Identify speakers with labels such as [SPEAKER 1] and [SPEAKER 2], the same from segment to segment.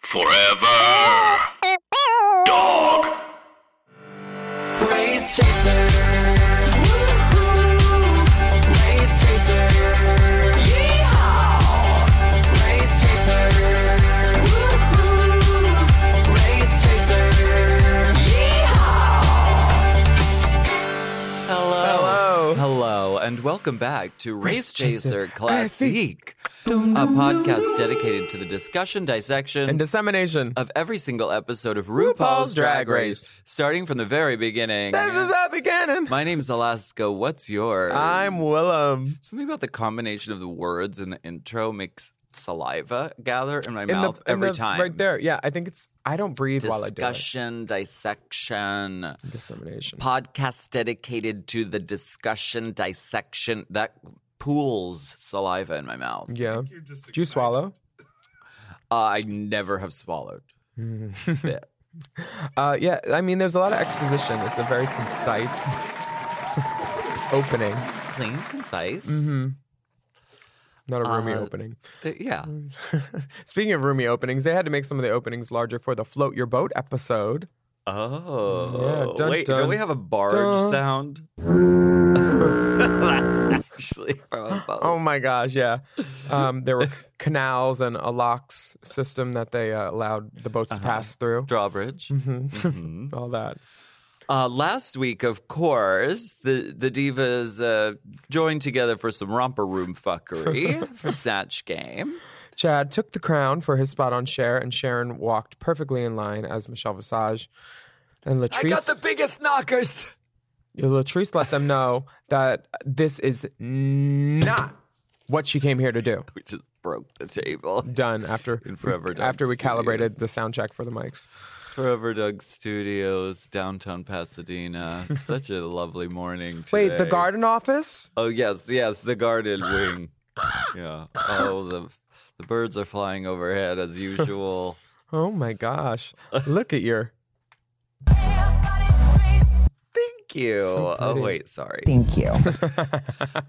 [SPEAKER 1] Forever. Dog.
[SPEAKER 2] Race Chaser. Woo-hoo. Race Chaser. Yeehaw. Race Chaser. Woo-hoo. Race Chaser. Yeehaw.
[SPEAKER 3] Hello. Hello, and welcome back to Race Chaser Classique, a podcast dedicated to the discussion, dissection,
[SPEAKER 4] and dissemination.
[SPEAKER 3] of every single episode of RuPaul's Drag Race, starting from the very beginning.
[SPEAKER 4] this is the beginning.
[SPEAKER 3] My name's Alaska. What's yours?
[SPEAKER 4] I'm Willem.
[SPEAKER 3] Something about the combination of the words in the intro makes saliva gather in my
[SPEAKER 4] In the-
[SPEAKER 3] mouth
[SPEAKER 4] in
[SPEAKER 3] every
[SPEAKER 4] the-
[SPEAKER 3] time.
[SPEAKER 4] Right there. Yeah, I think it's. I don't breathe while I do it.
[SPEAKER 3] Discussion, dissection.
[SPEAKER 4] Dissemination.
[SPEAKER 3] podcast dedicated to the discussion, dissection that pools saliva in my mouth.
[SPEAKER 4] yeah. Do you swallow?
[SPEAKER 3] Uh, I never have swallowed spit.
[SPEAKER 4] Uh, yeah. I mean, there's a lot of exposition. It's a very concise opening,
[SPEAKER 3] Clean, concise.
[SPEAKER 4] not a roomy
[SPEAKER 3] Uh,
[SPEAKER 4] opening.
[SPEAKER 3] Th- yeah.
[SPEAKER 4] Speaking of roomy openings, they had to make some of the openings larger for the float your boat episode.
[SPEAKER 3] Oh.
[SPEAKER 4] Yeah, dun,
[SPEAKER 3] Wait,
[SPEAKER 4] dun,
[SPEAKER 3] don't we have a barge
[SPEAKER 4] dun.
[SPEAKER 3] sound? That's actually from a boat.
[SPEAKER 4] Oh my gosh, yeah. Um, there were canals and a locks system that they uh, allowed the boats to pass through.
[SPEAKER 3] Drawbridge.
[SPEAKER 4] Mm-hmm. All that.
[SPEAKER 3] Uh, last week, of course, the the divas uh, joined together for some romper room fuckery for Snatch Game.
[SPEAKER 4] Chad took the crown for his spot on Cher, and Sharon walked perfectly in line as Michelle Visage. And Latrice,
[SPEAKER 3] biggest knockers.
[SPEAKER 4] Latrice let them know that this is not what she came here to do.
[SPEAKER 3] We just broke the table.
[SPEAKER 4] Done after
[SPEAKER 3] In Forever Dog
[SPEAKER 4] after we calibrated
[SPEAKER 3] Studios.
[SPEAKER 4] the sound check for the mics.
[SPEAKER 3] Forever Doug Studios, downtown Pasadena. Such a lovely morning
[SPEAKER 4] Wait,
[SPEAKER 3] today.
[SPEAKER 4] the garden office?
[SPEAKER 3] Oh yes, yes, the garden wing. Yeah. Oh, the the birds are flying overhead as usual.
[SPEAKER 4] Oh my gosh! Look at your
[SPEAKER 3] Thank you. oh
[SPEAKER 4] pretty.
[SPEAKER 3] wait, sorry. Thank you.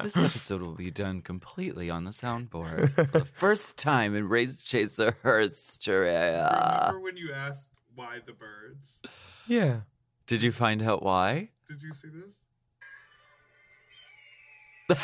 [SPEAKER 3] this episode will be done completely on the soundboard for the first time in Race Chaser history.
[SPEAKER 5] Remember when you asked why the birds?
[SPEAKER 4] yeah.
[SPEAKER 3] Did you find out why?
[SPEAKER 5] Did you see this?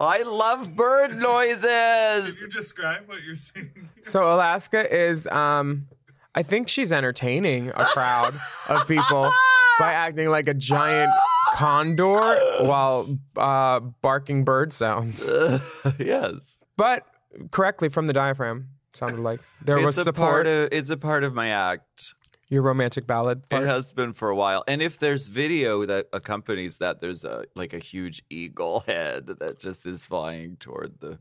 [SPEAKER 3] I love bird
[SPEAKER 5] Did
[SPEAKER 3] noises.
[SPEAKER 5] you describe what you're seeing?
[SPEAKER 4] So Alaska is, um, I think she's entertaining a crowd of people by acting like a giant condor while uh, barking bird sounds.
[SPEAKER 3] yes.
[SPEAKER 4] But correctly from the diaphragm, sounded like there
[SPEAKER 3] it's
[SPEAKER 4] was
[SPEAKER 3] a
[SPEAKER 4] support.
[SPEAKER 3] part of it's a part of my act.
[SPEAKER 4] your romantic ballad. Part.
[SPEAKER 3] It has been for a while. And if there's video that accompanies that, there's a like a huge eagle head that just is flying toward the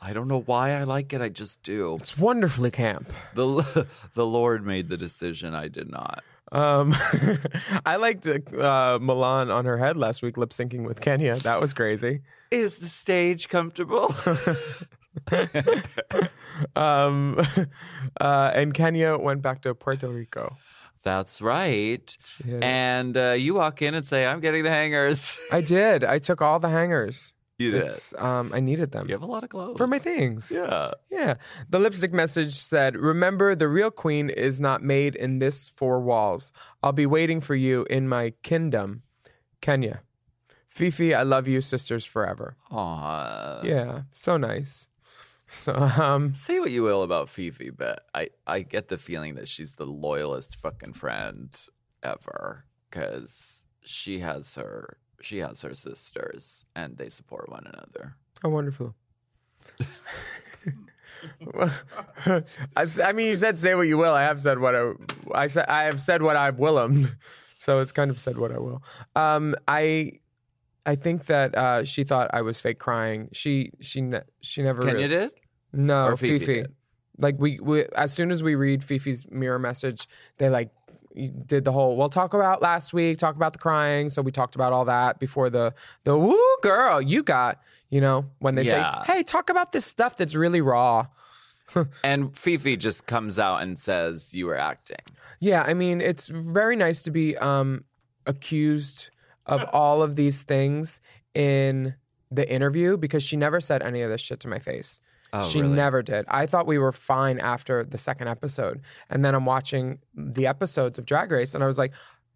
[SPEAKER 3] I don't know why I like it, I just do.
[SPEAKER 4] it's wonderfully camp.
[SPEAKER 3] The the Lord made the decision, I did not.
[SPEAKER 4] Um, I liked uh, Milan on her head last week, lip syncing with Kenya. That was crazy.
[SPEAKER 3] Is the stage comfortable?
[SPEAKER 4] Um, uh, and Kenya went back to Puerto Rico.
[SPEAKER 3] That's right.
[SPEAKER 4] Yeah.
[SPEAKER 3] And uh, you walk in and say, I'm getting the hangers.
[SPEAKER 4] I did. I took all the hangers.
[SPEAKER 3] You did.
[SPEAKER 4] It's, um, I needed them
[SPEAKER 3] You have a lot of clothes.
[SPEAKER 4] for my things.
[SPEAKER 3] Yeah.
[SPEAKER 4] Yeah. The lipstick message said, Remember, the real queen is not made in this four walls. I'll be waiting for you in my kingdom, Kenya. Fifi, I love you, sisters forever.
[SPEAKER 3] Aw.
[SPEAKER 4] Yeah, so nice. So, um,
[SPEAKER 3] Say what you will about Fifi, but I, I get the feeling that she's the loyalest fucking friend ever because she has her she has her sisters and they support one another.
[SPEAKER 4] how wonderful. I, s- I mean, you said say what you will. I have said what I, I said. I have said what I've willumed. So it's kind of said what I will. Um, I, I think that uh, she thought I was fake crying. She, she, ne- she never.
[SPEAKER 3] Kenya
[SPEAKER 4] really-
[SPEAKER 3] did?
[SPEAKER 4] No,
[SPEAKER 3] Or Fifi
[SPEAKER 4] Fifi.
[SPEAKER 3] did.
[SPEAKER 4] Like we, we, as soon as we read Fifi's mirror message, they like did the whole. Well, talk about last week. Talk about the crying. So we talked about all that before the the woo girl you got. You know when they
[SPEAKER 3] Yeah.
[SPEAKER 4] say, "Hey, talk about this stuff that's really raw."
[SPEAKER 3] And Fifi just comes out and says you were acting.
[SPEAKER 4] Yeah, I mean, it's very nice to be um, accused of all of these things in the interview because she never said any of this shit to my face. she
[SPEAKER 3] Oh, really?
[SPEAKER 4] never did. I thought we were fine after the second episode. And then I'm watching the episodes of Drag Race and I was like,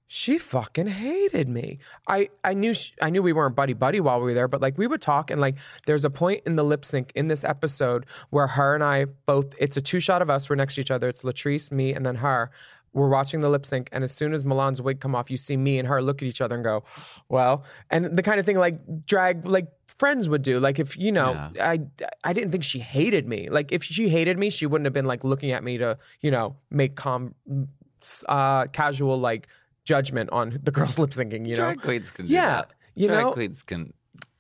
[SPEAKER 4] she fucking hated me. I I knew sh I knew we weren't buddy buddy while we were there, but like we would talk and like there's a point in the lip sync in this episode where her and I both it's a two shot of us we're next to each other. It's Latrice, me, and then her. We're watching the lip sync, and as soon as Milan's wig come off, you see me and her look at each other and go, "Well," and the kind of thing like drag like friends would do. Like if you know, I I didn't think she hated me. Like if she hated me, she wouldn't have been like looking at me to you know make calm, uh, casual like judgment on the girls lip syncing, you know?
[SPEAKER 3] Drag queens can do
[SPEAKER 4] yeah,
[SPEAKER 3] that.
[SPEAKER 4] you
[SPEAKER 3] Drag
[SPEAKER 4] know?
[SPEAKER 3] queens can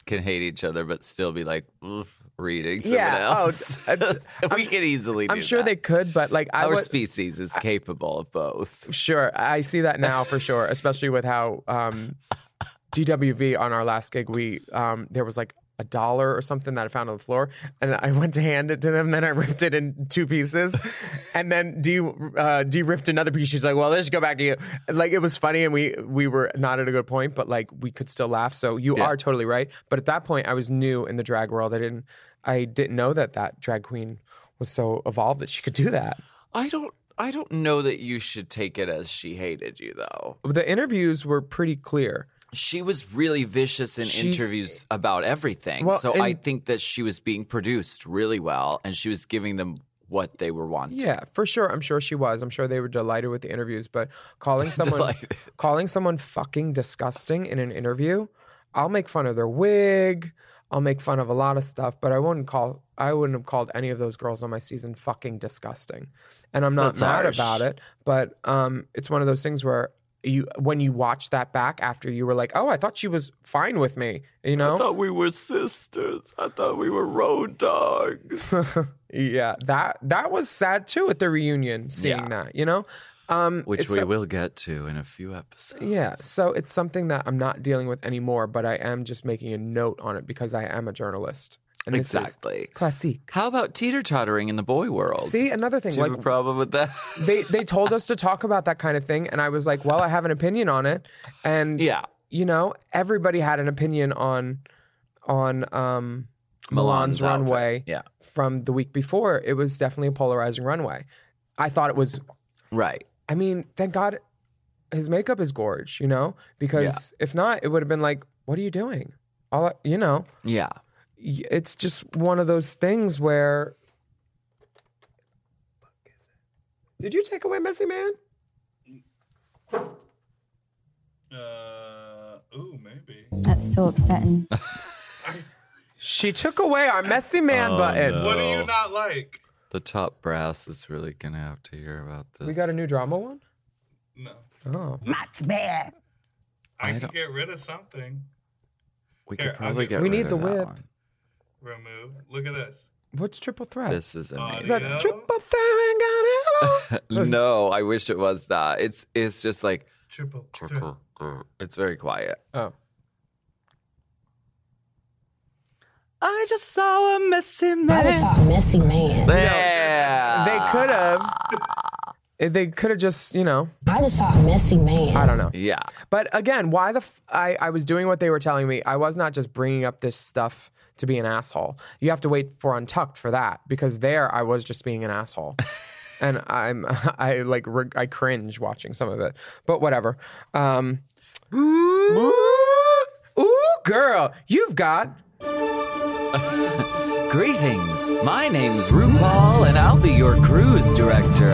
[SPEAKER 3] can hate each other but still be like "Oof," reading someone
[SPEAKER 4] Yeah, oh,
[SPEAKER 3] else.
[SPEAKER 4] d- uh, d-
[SPEAKER 3] we can easily
[SPEAKER 4] I'm
[SPEAKER 3] do
[SPEAKER 4] sure
[SPEAKER 3] that.
[SPEAKER 4] they could, but like I
[SPEAKER 3] our
[SPEAKER 4] was
[SPEAKER 3] species is capable of both.
[SPEAKER 4] sure. I see that now for sure, especially with how um, DWV on our last gig, we um, there was like a dollar or something that I found on the floor, and I went to hand it to them. Then I ripped it in two pieces, and then D uh, D ripped another piece. She's like, "Well, this go back to you." And, Like it was funny, and we we were not at a good point, but like we could still laugh. So you are totally right. But at that point, I was new in the drag world. I didn't I didn't know that that drag queen was so evolved that she could do that.
[SPEAKER 3] I don't I don't know that you should take it as she hated you though.
[SPEAKER 4] The interviews were pretty clear.
[SPEAKER 3] She was really vicious in
[SPEAKER 4] She's-
[SPEAKER 3] interviews about everything.
[SPEAKER 4] Well,
[SPEAKER 3] so I
[SPEAKER 4] and-
[SPEAKER 3] think that she was being produced really well and she was giving them what they were wanting.
[SPEAKER 4] Yeah, for sure. I'm sure she was. I'm sure they were delighted with the interviews, but calling someone
[SPEAKER 3] Delighted.
[SPEAKER 4] calling someone fucking disgusting in an interview, I'll make fun of their wig. I'll make fun of a lot of stuff, but I wouldn't call I wouldn't have called any of those girls on my season fucking disgusting. And I'm not
[SPEAKER 3] That's
[SPEAKER 4] mad
[SPEAKER 3] harsh.
[SPEAKER 4] about it, but um it's one of those things where you when you watch that back after you were like, "Oh, I thought she was fine with me." You know?
[SPEAKER 3] we were sisters. I thought we were road dogs.
[SPEAKER 4] yeah, that that was sad too at the reunion seeing
[SPEAKER 3] Yeah.
[SPEAKER 4] that, you know? Um
[SPEAKER 3] Which
[SPEAKER 4] it's
[SPEAKER 3] we
[SPEAKER 4] so-
[SPEAKER 3] will get to in a few episodes.
[SPEAKER 4] Yeah, so it's something that I'm not dealing with anymore, but I am just making a note on it because I am a journalist. And this is
[SPEAKER 3] Exactly.
[SPEAKER 4] classique.
[SPEAKER 3] How about teeter tottering in the boy world?
[SPEAKER 4] See, another thing,
[SPEAKER 3] Do you
[SPEAKER 4] like
[SPEAKER 3] have a problem with that?
[SPEAKER 4] they they told us to talk about that kind of thing, and I was like, well, I have an opinion on it, and
[SPEAKER 3] yeah.
[SPEAKER 4] you know, everybody had an opinion on on um,
[SPEAKER 3] Milan's
[SPEAKER 4] Milan's,
[SPEAKER 3] outfit,
[SPEAKER 4] runway
[SPEAKER 3] yeah.
[SPEAKER 4] from the week before. It was definitely a polarizing runway. I thought it was
[SPEAKER 3] Right.
[SPEAKER 4] I mean, thank God his makeup is gorge, you know? Because if not, it would have been like, what are you doing? All I- you know,
[SPEAKER 3] Yeah.
[SPEAKER 4] y- it's just one of those things where Did you take away Messy Man?
[SPEAKER 6] Uh, ooh, maybe.
[SPEAKER 7] That's so upsetting.
[SPEAKER 4] She took away our Messy Man button.
[SPEAKER 6] What do you
[SPEAKER 3] Oh, No.
[SPEAKER 6] not like?
[SPEAKER 3] The top brass is really going to have to hear about this.
[SPEAKER 4] We got a new drama one?
[SPEAKER 6] No.
[SPEAKER 4] Oh.
[SPEAKER 6] I,
[SPEAKER 3] I
[SPEAKER 6] can
[SPEAKER 3] don't-
[SPEAKER 6] get rid of something.
[SPEAKER 3] We
[SPEAKER 6] Here,
[SPEAKER 3] could
[SPEAKER 6] I'll
[SPEAKER 3] probably
[SPEAKER 6] get-
[SPEAKER 3] get
[SPEAKER 4] We
[SPEAKER 3] rid
[SPEAKER 4] need
[SPEAKER 3] of
[SPEAKER 4] the
[SPEAKER 3] that
[SPEAKER 4] whip.
[SPEAKER 3] one.
[SPEAKER 6] Remove. Look at this.
[SPEAKER 4] What's triple threat?
[SPEAKER 3] This is
[SPEAKER 4] is
[SPEAKER 3] amazing.
[SPEAKER 4] that
[SPEAKER 6] Yeah.
[SPEAKER 4] triple threat got it all?
[SPEAKER 3] no, I wish it was that. It's it's just like
[SPEAKER 6] Triple.
[SPEAKER 3] it's very quiet.
[SPEAKER 4] Oh.
[SPEAKER 3] I just saw a messy
[SPEAKER 8] I just saw a messy man.
[SPEAKER 3] Yeah,
[SPEAKER 4] Oh. They could have Ah. they could have just, you know,
[SPEAKER 8] I just saw a messy man.
[SPEAKER 4] I don't know.
[SPEAKER 3] Yeah,
[SPEAKER 4] But again, why the f- I, I was doing what they were telling me. I was not just bringing up this stuff to be an asshole. You have to wait for Untucked for that because there I was just being an asshole. and I'm I like re- I cringe watching some of it. But whatever. Um Ooh, girl, you've got
[SPEAKER 3] Greetings. My name's RuPaul, and I'll be your cruise director.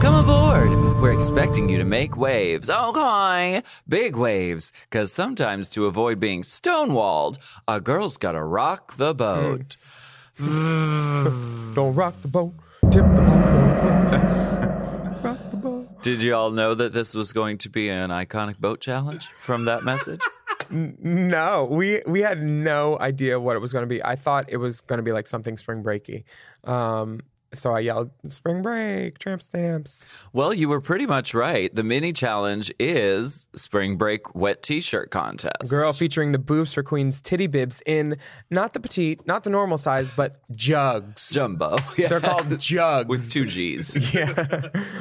[SPEAKER 3] Come aboard. We're expecting you to make waves. Okay. Big waves. Because sometimes to avoid being stonewalled, a girl's got to rock the boat.
[SPEAKER 4] don't rock the boat, tip the boat over.
[SPEAKER 3] Did you all know that this was going to be an iconic boat challenge from that message?
[SPEAKER 4] No, we we had no idea what it was going to be. I thought it was going to be like something spring breaky. Um, so I yelled, "Spring break, tramp stamps."
[SPEAKER 3] Well, you were pretty much right. The mini challenge is Spring Break Wet T shirt contest.
[SPEAKER 4] Girl featuring the boobs for Queen's titty bibs in not the petite, not the normal size, but jugs.
[SPEAKER 3] Jumbo.
[SPEAKER 4] They're called jugs.
[SPEAKER 3] With two G's.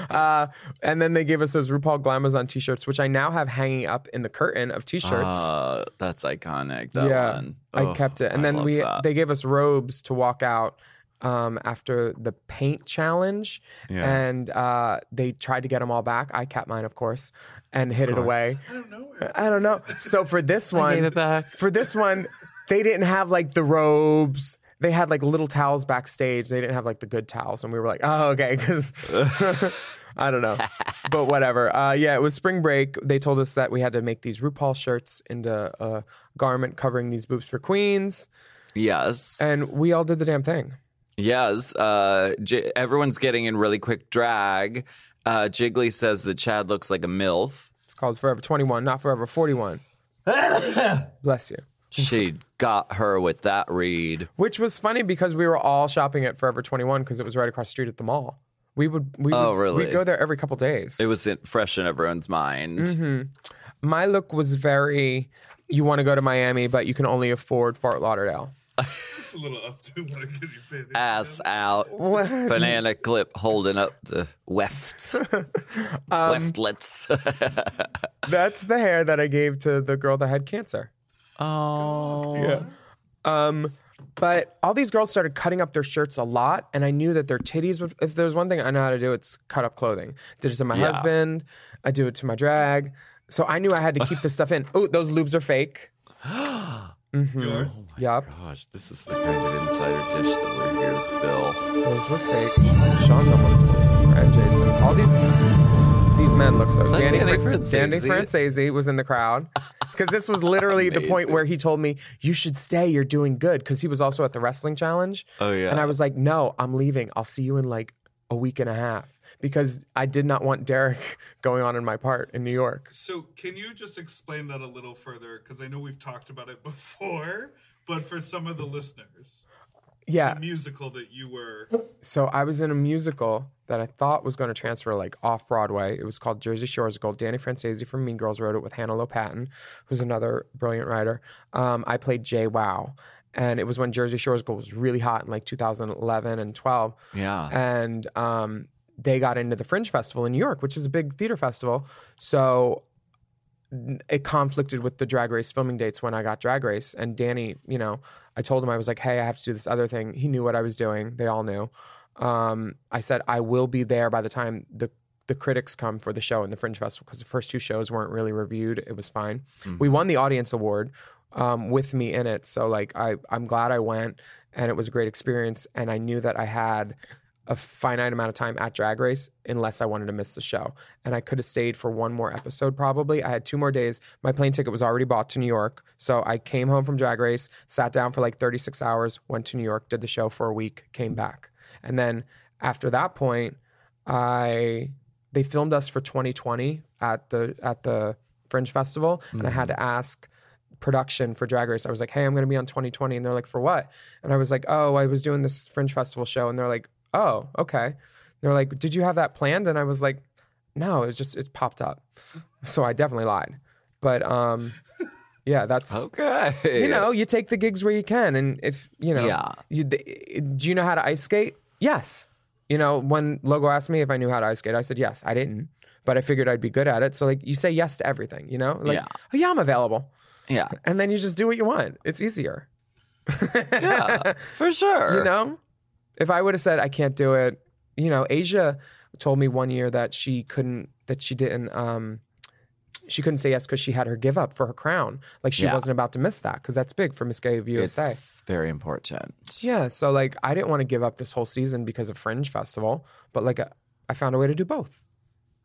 [SPEAKER 4] Uh, and then they gave us those RuPaul Glamazon t-shirts, which I now have hanging up in the curtain of t-shirts.
[SPEAKER 3] Uh, that's iconic. That
[SPEAKER 4] yeah,
[SPEAKER 3] one.
[SPEAKER 4] I
[SPEAKER 3] Oh,
[SPEAKER 4] kept it. And
[SPEAKER 3] I
[SPEAKER 4] then
[SPEAKER 3] love
[SPEAKER 4] we
[SPEAKER 3] that.
[SPEAKER 4] they gave us robes to walk out um, after the paint challenge, and uh, they tried to get them all back. I kept mine, of course, and hid it away. I don't know. I don't know. So for this one,
[SPEAKER 3] gave it back.
[SPEAKER 4] for this one, they didn't have like the robes. They had like little towels backstage. They didn't have like the good towels, and we were like, "Oh, okay," because I don't know, but whatever. Uh, yeah, it was spring break. They told us that we had to make these RuPaul shirts into a garment covering these boobs for queens,
[SPEAKER 3] Yes.
[SPEAKER 4] and we all did the damn thing.
[SPEAKER 3] Yes. Uh, J- everyone's getting in really quick drag. Uh, Jiggly says that Chad looks like a MILF.
[SPEAKER 4] It's called Forever Twenty One, not Forever Forty One. Bless you.
[SPEAKER 3] She got her with that read.
[SPEAKER 4] Which was funny because we were all shopping at Forever Twenty One because it was right across the street at the mall. We would we
[SPEAKER 3] Oh,
[SPEAKER 4] would,
[SPEAKER 3] really?
[SPEAKER 4] we'd go there every couple days.
[SPEAKER 3] It was in- fresh in everyone's mind.
[SPEAKER 4] Mm-hmm. my look was very you want to go to Miami, but you can only afford Fort Lauderdale.
[SPEAKER 6] Just a little up to what could you pay?
[SPEAKER 3] Ass out, banana clip holding up the wefts.
[SPEAKER 4] Um,
[SPEAKER 3] Weftlets.
[SPEAKER 4] That's the hair that I gave to the girl that had cancer.
[SPEAKER 3] oh.
[SPEAKER 4] Yeah. Um, but all these girls started cutting up their shirts a lot, and I knew that their titties would. If there's one thing I know how to do, it's cut up clothing. Did it to my husband. I do it to my drag. So I knew I had to keep this stuff in. Oh, those lubes are fake. Mm-hmm.
[SPEAKER 6] Yours?
[SPEAKER 4] Yup,
[SPEAKER 3] Gosh, this is the kind of insider dish that we're here to spill.
[SPEAKER 4] those were fake. Sean's almost right, Jason. All these these men look so.
[SPEAKER 3] like
[SPEAKER 4] Danny,
[SPEAKER 3] Danny
[SPEAKER 4] Fran-
[SPEAKER 3] Francese.
[SPEAKER 4] Danny Francese was in the crowd because this was literally the point
[SPEAKER 3] Amazing.
[SPEAKER 4] where he told me, "You should stay. You're doing good." Because he was also at the wrestling challenge.
[SPEAKER 3] Oh, yeah.
[SPEAKER 4] And I was like, "No, I'm leaving. I'll see you in like a week and a half." Because I did not want Derek going on in my part in New York.
[SPEAKER 6] So, can you just explain that a little further? Because I know we've talked about it before, but for some of the listeners,
[SPEAKER 4] Yeah.
[SPEAKER 6] the musical that you were.
[SPEAKER 4] So I was in a musical that I thought was going to transfer like off Broadway. It was called Jersey Shores Gold. Danny Francese from Mean Girls wrote it with Hannah Lopatin, who's another brilliant writer. Um, I played Jay Wow, and it was when Jersey Shores Gold was really hot in like 2011 and 12.
[SPEAKER 3] Yeah.
[SPEAKER 4] and um, they got into the Fringe Festival in New York, which is a big theater festival. So it conflicted with the drag race filming dates when I got drag race. And Danny, you know, I told him I was like, hey, I have to do this other thing. He knew what I was doing. They all knew. Um, I said I will be there by the time the the critics come for the show and the Fringe Festival because the first two shows weren't really reviewed. It was fine. We won the audience award um, with me in it, so like I I'm glad I went and it was a great experience. And I knew that I had a finite amount of time at Drag Race unless I wanted to miss the show. And I could have stayed for one more episode probably. I had two more days. My plane ticket was already bought to New York. So I came home from Drag Race, sat down for like 36 hours, went to New York, did the show for a week, came back. And then after that point, I they filmed us for 2020 at the at the Fringe Festival, and I had to ask production for Drag Race. I was like, "Hey, I'm going to be on 2020," and they're like, "For what?" And I was like, "Oh, I was doing this Fringe Festival show," and they're like, "Oh, okay." They're like, "Did you have that planned?" And I was like, "No, it was just it popped up." So I definitely lied, but um, yeah, that's
[SPEAKER 3] Okay.
[SPEAKER 4] you know, you take the gigs where you can, and if you know,
[SPEAKER 3] Yeah.
[SPEAKER 4] you, the, do you know how to ice skate? Yes. You know, when Logo asked me if I knew how to ice skate, I said yes. I didn't, but I figured I'd be good at it. So like, you say yes to everything. You know, like,
[SPEAKER 3] Yeah.
[SPEAKER 4] oh yeah, I'm available,
[SPEAKER 3] Yeah.
[SPEAKER 4] and then you just do what you want. It's easier.
[SPEAKER 3] For sure.
[SPEAKER 4] You know, if I would have said I can't do it, you know, Asia told me one year that she couldn't, that she didn't um, she couldn't say yes because she had her give up for her crown. Like she
[SPEAKER 3] Yeah.
[SPEAKER 4] wasn't about to miss that because that's big for Miss Gay of USA.
[SPEAKER 3] It's very important.
[SPEAKER 4] yeah, so like I didn't want to give up this whole season because of Fringe Festival, but like I, I found a way to do both.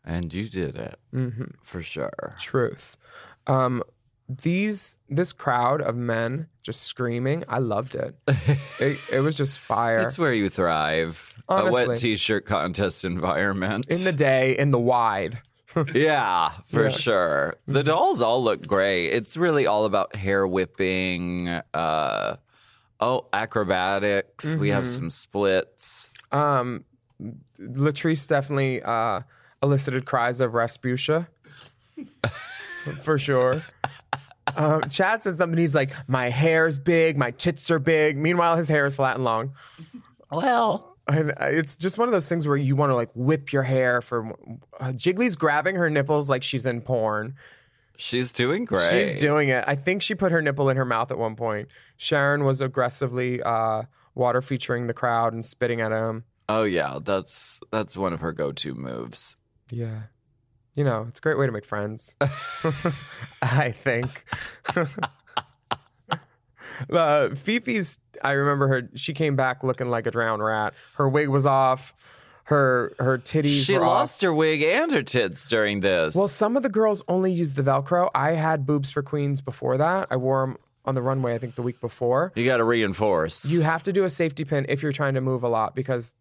[SPEAKER 3] And you did it.
[SPEAKER 4] Mm-hmm.
[SPEAKER 3] For sure.
[SPEAKER 4] Truth. Um, these this crowd of men just screaming, I loved it. it, it was just fire.
[SPEAKER 3] It's where you thrive. A
[SPEAKER 4] Honestly.
[SPEAKER 3] wet t shirt contest environment.
[SPEAKER 4] in the day, in the wide.
[SPEAKER 3] yeah, for sure.
[SPEAKER 4] Mm-hmm.
[SPEAKER 3] The dolls all look great. It's really all about hair whipping, uh, oh, acrobatics. We have
[SPEAKER 4] Mm-hmm.
[SPEAKER 3] some splits.
[SPEAKER 4] Um, Latrice definitely uh, elicited cries of Rasputia, for sure. Um, Chad says something. He's like, "My hair's big, my tits are big." Meanwhile, his hair is flat and long.
[SPEAKER 3] Well,
[SPEAKER 4] And uh, it's just one of those things where you want to like whip your hair for. Uh, Jiggly's grabbing her nipples like she's in porn.
[SPEAKER 3] she's doing great.
[SPEAKER 4] She's doing it. I think she put her nipple in her mouth at one point. Sharon was aggressively uh, water featuring the crowd and spitting at him.
[SPEAKER 3] Oh yeah, that's that's one of her go-to moves.
[SPEAKER 4] Yeah. You know, it's a great way to make friends. I think. uh, Fifi's, I remember her, she came back looking like a drowned rat. Her wig was off, her her titties
[SPEAKER 3] She
[SPEAKER 4] were
[SPEAKER 3] lost
[SPEAKER 4] off.
[SPEAKER 3] her wig and her tits during this.
[SPEAKER 4] Well, some of the girls only used the Velcro. I had boobs for queens before that. I wore them on the runway, I think, the week before.
[SPEAKER 3] you got to reinforce.
[SPEAKER 4] You have to do a safety pin if you're trying to move a lot because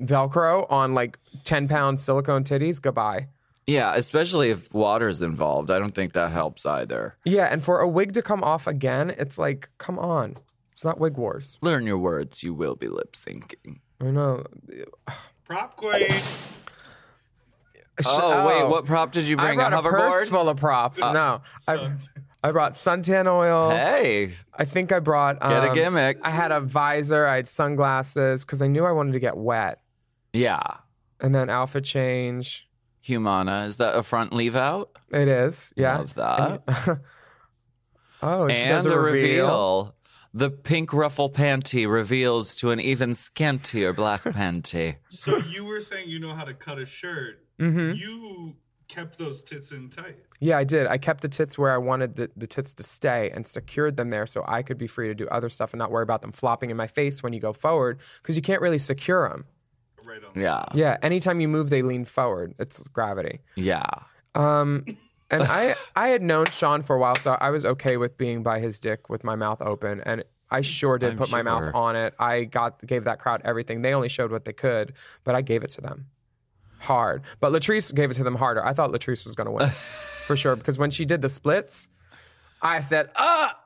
[SPEAKER 4] Velcro on like 10 pound silicone titties, goodbye.
[SPEAKER 3] yeah, especially if water's involved. I don't think that helps either.
[SPEAKER 4] Yeah, and for a wig to come off again, it's like, come on. It's not wig wars.
[SPEAKER 3] Learn your words. You will be lip syncing.
[SPEAKER 4] I know.
[SPEAKER 6] Prop queen.
[SPEAKER 3] Oh, wait, what prop did you
[SPEAKER 4] I
[SPEAKER 3] bring?
[SPEAKER 4] brought a, purse
[SPEAKER 3] hoverboard? Uh,
[SPEAKER 4] full of props. no, I, I brought suntan oil.
[SPEAKER 3] hey,
[SPEAKER 4] I think I brought um,
[SPEAKER 3] Get a gimmick.
[SPEAKER 4] I had a visor. I had sunglasses because I knew I wanted to get wet.
[SPEAKER 3] yeah,
[SPEAKER 4] And then outfit change.
[SPEAKER 3] Humana. Is that a front leave out?
[SPEAKER 4] It is, yeah.
[SPEAKER 3] Love that.
[SPEAKER 4] Oh, and she does
[SPEAKER 3] and
[SPEAKER 4] a reveal.
[SPEAKER 3] The pink ruffle panty reveals to an even scantier black panty.
[SPEAKER 6] So you were saying you know how to cut a shirt. You kept those tits in tight.
[SPEAKER 4] Yeah, I did. I kept the tits where I wanted the, the tits to stay and secured them there so I could be free to do other stuff and not worry about them flopping in my face when you go forward because you can't really secure them.
[SPEAKER 6] Right on.
[SPEAKER 3] Yeah,
[SPEAKER 4] Yeah, anytime you move, they lean forward. It's gravity.
[SPEAKER 3] yeah.
[SPEAKER 4] And I, I had known Sean for a while, so I was okay with being by his dick with my mouth open. And I sure did
[SPEAKER 3] I'm
[SPEAKER 4] put my mouth
[SPEAKER 3] sure.
[SPEAKER 4] on it. I got gave that crowd everything. They only showed what they could, but I gave it to them hard. But Latrice gave it to them harder. I thought Latrice was going to win for sure because when she did the splits, I said, "Ah,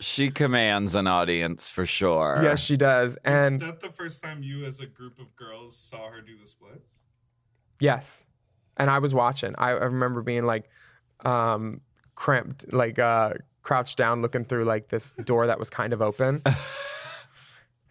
[SPEAKER 3] She commands an audience for sure.
[SPEAKER 4] yes, she does."
[SPEAKER 6] Is
[SPEAKER 4] And
[SPEAKER 6] that the first time you, as a group of girls, saw her do the splits?
[SPEAKER 4] yes, and I was watching. I, I remember being like um, cramped, like uh, crouched down, looking through like this door that was kind of open.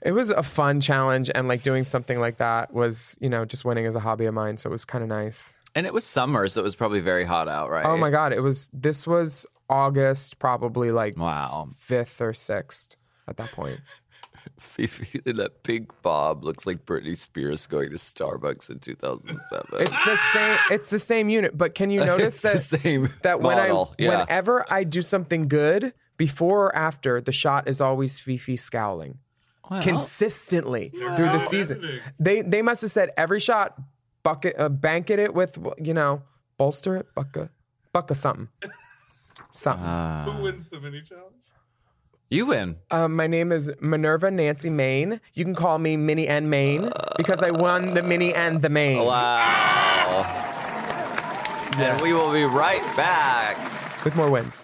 [SPEAKER 4] it was a fun challenge, and like doing something like that was, you know, just winning as a hobby of mine. So it was kind of nice.
[SPEAKER 3] And it was summer, so it was probably very hot out, right?
[SPEAKER 4] Oh my god, it was. This was August, probably like
[SPEAKER 3] Wow.
[SPEAKER 4] fifth or sixth at that point.
[SPEAKER 3] Fifi in that pink bob looks like Britney Spears going to Starbucks in 2007.
[SPEAKER 4] It's the same. It's the same unit. But can you notice that?
[SPEAKER 3] the same
[SPEAKER 4] that when
[SPEAKER 3] model,
[SPEAKER 4] I
[SPEAKER 3] yeah.
[SPEAKER 4] whenever I do something good, before or after, the shot is always Fifi scowling. Consistently through the season,
[SPEAKER 6] editing.
[SPEAKER 4] they they must have said every shot, bucket, uh, banket it with you know, bolster it, bucka, bucka something, something.
[SPEAKER 3] Uh.
[SPEAKER 6] Who wins the mini challenge?
[SPEAKER 3] you win.
[SPEAKER 4] Uh, my name is Minerva Nancy Main. You can call me Minnie and Main because I won the Minnie and the Main.
[SPEAKER 3] Wow. And we will be right back.
[SPEAKER 4] with more wins.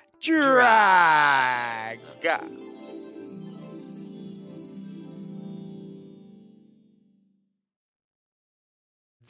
[SPEAKER 9] Drag.
[SPEAKER 10] drag.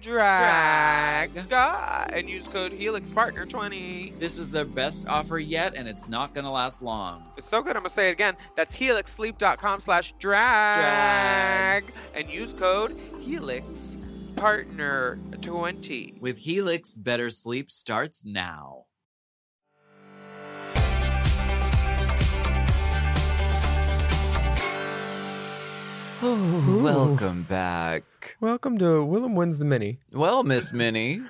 [SPEAKER 10] drag and use code HelixPartner20.
[SPEAKER 9] This is their best offer yet, and it's not going to last long.
[SPEAKER 10] It's so good, I'm gonna say it again. That's helixsleep.com slash drag and use code HelixPartner20.
[SPEAKER 9] With Helix, better sleep starts now.
[SPEAKER 3] Oh, welcome back.
[SPEAKER 4] Welcome to Willem wins the mini.
[SPEAKER 3] Well, Miss Minnie,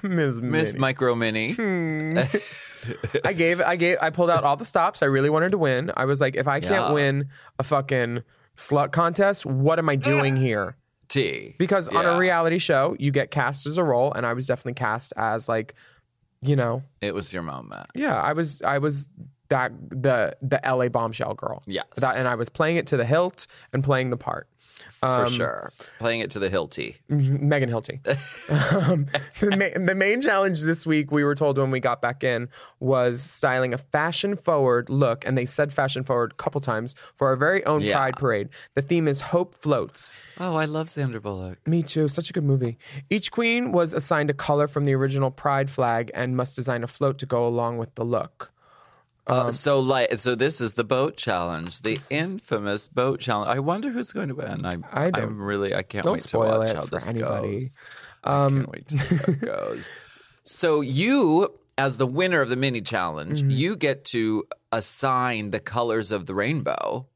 [SPEAKER 3] Miss
[SPEAKER 4] Ms. Minnie. Hmm.
[SPEAKER 3] Micro Minnie.
[SPEAKER 4] Mm. I gave I gave I pulled out all the stops. I really wanted to win. I was like, if I can't
[SPEAKER 3] Yeah.
[SPEAKER 4] win a fucking slut contest, what am I doing here?
[SPEAKER 3] T.
[SPEAKER 4] Because on
[SPEAKER 3] Yeah.
[SPEAKER 4] a reality show, you get cast as a role, and I was definitely cast as like, you know,
[SPEAKER 3] It was your moment.
[SPEAKER 4] yeah, I was I was that the the LA bombshell girl.
[SPEAKER 3] Yes.
[SPEAKER 4] That and I was playing it to the hilt and playing the part.
[SPEAKER 3] For
[SPEAKER 4] Um,
[SPEAKER 3] sure. Playing it to the hilty.
[SPEAKER 4] Megan Hilty. um, the, ma- the main challenge this week, we were told when we got back in, was styling a fashion forward look. And they said fashion forward a couple times for our very own
[SPEAKER 3] Yeah.
[SPEAKER 4] Pride Parade. The theme is Hope Floats.
[SPEAKER 3] Oh, I love Sandra Bullock.
[SPEAKER 4] Me too. Such a good movie. Each queen was assigned a color from the original Pride flag and must design a float to go along with the look.
[SPEAKER 3] Uh,
[SPEAKER 4] Um,
[SPEAKER 3] so like so this is the boat challenge, the infamous boat challenge. I wonder who's going to win. I,
[SPEAKER 4] I don't-
[SPEAKER 3] am really I can't
[SPEAKER 4] don't
[SPEAKER 3] wait to
[SPEAKER 4] spoil
[SPEAKER 3] watch
[SPEAKER 4] it
[SPEAKER 3] how
[SPEAKER 4] for
[SPEAKER 3] this
[SPEAKER 4] anybody.
[SPEAKER 3] goes. I can't wait to see how it goes. So you as the winner of the mini challenge, you get to assign the colors of the rainbow.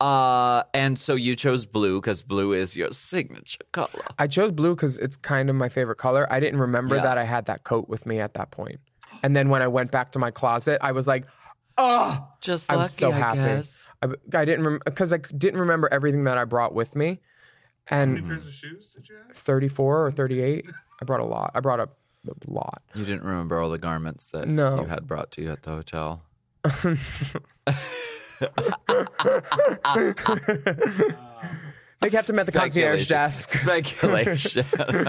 [SPEAKER 3] Uh, and so you chose blue because blue is your signature color.
[SPEAKER 4] I chose blue because it's kind of my favorite color. I didn't remember
[SPEAKER 3] Yeah.
[SPEAKER 4] that I had that coat with me at that point. And then when I went back to my closet, I was like, oh,
[SPEAKER 3] Just
[SPEAKER 4] I
[SPEAKER 3] lucky,
[SPEAKER 4] was so happy.
[SPEAKER 3] I guess.
[SPEAKER 4] I, I didn't because I c- didn't remember everything that I brought with me,
[SPEAKER 6] How many
[SPEAKER 4] and
[SPEAKER 6] pairs of shoes did you have?
[SPEAKER 4] thirty four or thirty eight. I brought a lot. I brought a, a lot.
[SPEAKER 3] You didn't remember all the garments that
[SPEAKER 4] No.
[SPEAKER 3] you had brought to you at the hotel.
[SPEAKER 4] They kept them at the concierge
[SPEAKER 3] Speculation.
[SPEAKER 4] desk.
[SPEAKER 3] Speculation.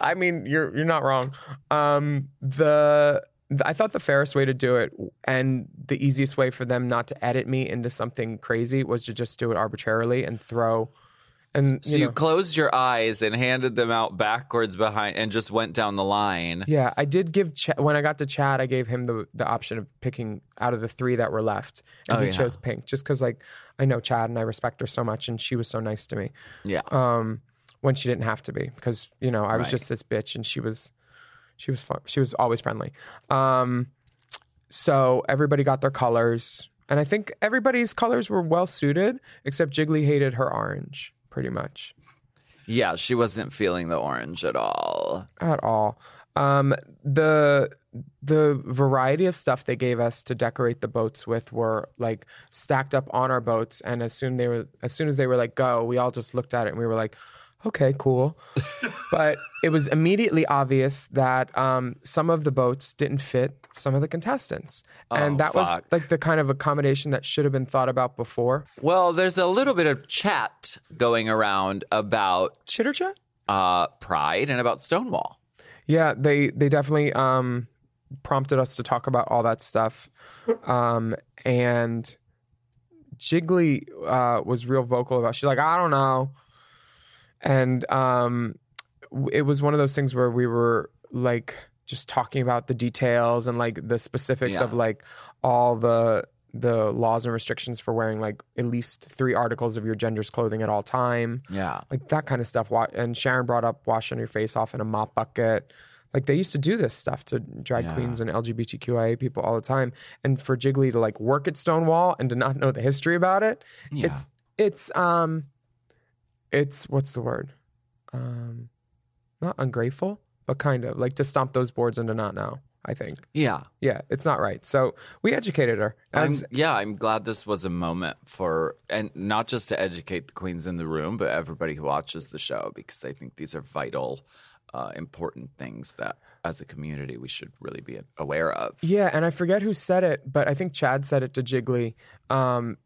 [SPEAKER 4] I mean, you're you're not wrong. Um, the, the I thought the fairest way to do it and the easiest way for them not to edit me into something crazy was to just do it arbitrarily and throw. And
[SPEAKER 3] so
[SPEAKER 4] you
[SPEAKER 3] you
[SPEAKER 4] know,
[SPEAKER 3] closed your eyes and handed them out backwards behind and just went down the line.
[SPEAKER 4] Yeah, I did give Ch- when I got to Chad, I gave him the the option of picking out of the three that were left, and
[SPEAKER 3] Oh,
[SPEAKER 4] he
[SPEAKER 3] yeah.
[SPEAKER 4] chose pink just because like I know Chad and I respect her so much, and she was so nice to me
[SPEAKER 3] Yeah.
[SPEAKER 4] when she didn't have to be because you know I was
[SPEAKER 3] Right.
[SPEAKER 4] just this bitch, and she was she was fun. She was always friendly. Um, so everybody got their colors. And I think everybody's colors were well suited, except Jiggly hated her orange, pretty much.
[SPEAKER 11] Yeah, she wasn't feeling the orange at all.
[SPEAKER 4] At all. Um, the the variety of stuff they gave us to decorate the boats with were like stacked up on our boats, and as soon they were as soon as they were like go, we all just looked at it and we were like, okay, cool. but it was immediately obvious that um, some of the boats didn't fit some of the contestants, and
[SPEAKER 11] Oh,
[SPEAKER 4] that was
[SPEAKER 11] fuck.
[SPEAKER 4] like the kind of accommodation that should have been thought about before.
[SPEAKER 11] Well, there's a little bit of chat going around about
[SPEAKER 4] chitter chat,
[SPEAKER 11] uh, pride, and about Stonewall.
[SPEAKER 4] Yeah, they they definitely um, prompted us to talk about all that stuff, um, and Jiggly uh, was real vocal about. She's like, I don't know, and um, w- it was one of those things where we were like just talking about the details and like the specifics
[SPEAKER 11] Yeah.
[SPEAKER 4] of like all the the laws and restrictions for wearing like at least three articles of your gender's clothing at all time
[SPEAKER 11] Yeah.
[SPEAKER 4] like that kind of stuff. Wa- And Sharon brought up washing your face off in a mop bucket. Like they used to do this stuff to drag
[SPEAKER 11] Yeah.
[SPEAKER 4] queens and LGBTQIA people all the time. And for Jiggly to like work at Stonewall and to not know the history about it,
[SPEAKER 11] Yeah.
[SPEAKER 4] it's it's um, it's what's the word? Um, not ungrateful, but kind of like to stomp those boards and to not know. I think.
[SPEAKER 11] Yeah.
[SPEAKER 4] Yeah, it's not right. So we educated her.
[SPEAKER 11] I'm,
[SPEAKER 4] As-
[SPEAKER 11] yeah, I'm glad this was a moment for, and not just to educate the queens in the room, but everybody who watches the show, because I think these are vital, uh, important things that as a community we should really be aware of.
[SPEAKER 4] Yeah, and I forget who said it, but I think Chad said it to Jiggly um,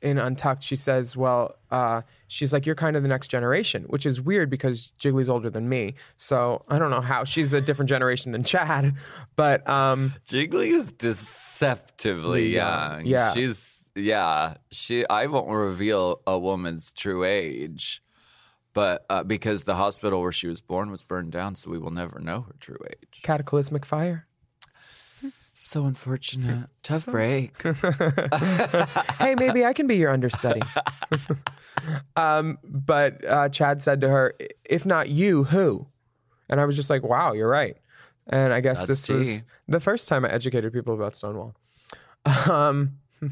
[SPEAKER 4] in Untucked. She says, "Well, uh, she's like you're kind of the next generation," which is weird because Jiggly's older than me, so I don't know how she's a different generation than Chad. But um,
[SPEAKER 11] Jiggly is deceptively
[SPEAKER 4] Yeah.
[SPEAKER 11] young.
[SPEAKER 4] Yeah.
[SPEAKER 11] She's yeah. She I won't reveal a woman's true age, but uh, because the hospital where she was born was burned down, so we will never know her true age.
[SPEAKER 4] cataclysmic fire.
[SPEAKER 11] So unfortunate. Tough break.
[SPEAKER 4] hey, maybe I can be your understudy. um, but uh, Chad said to her, "If not you, who?" And I was just like, "Wow, you're right." And I guess
[SPEAKER 11] That's
[SPEAKER 4] this was
[SPEAKER 11] tea.
[SPEAKER 4] the first time I educated people about Stonewall. Um,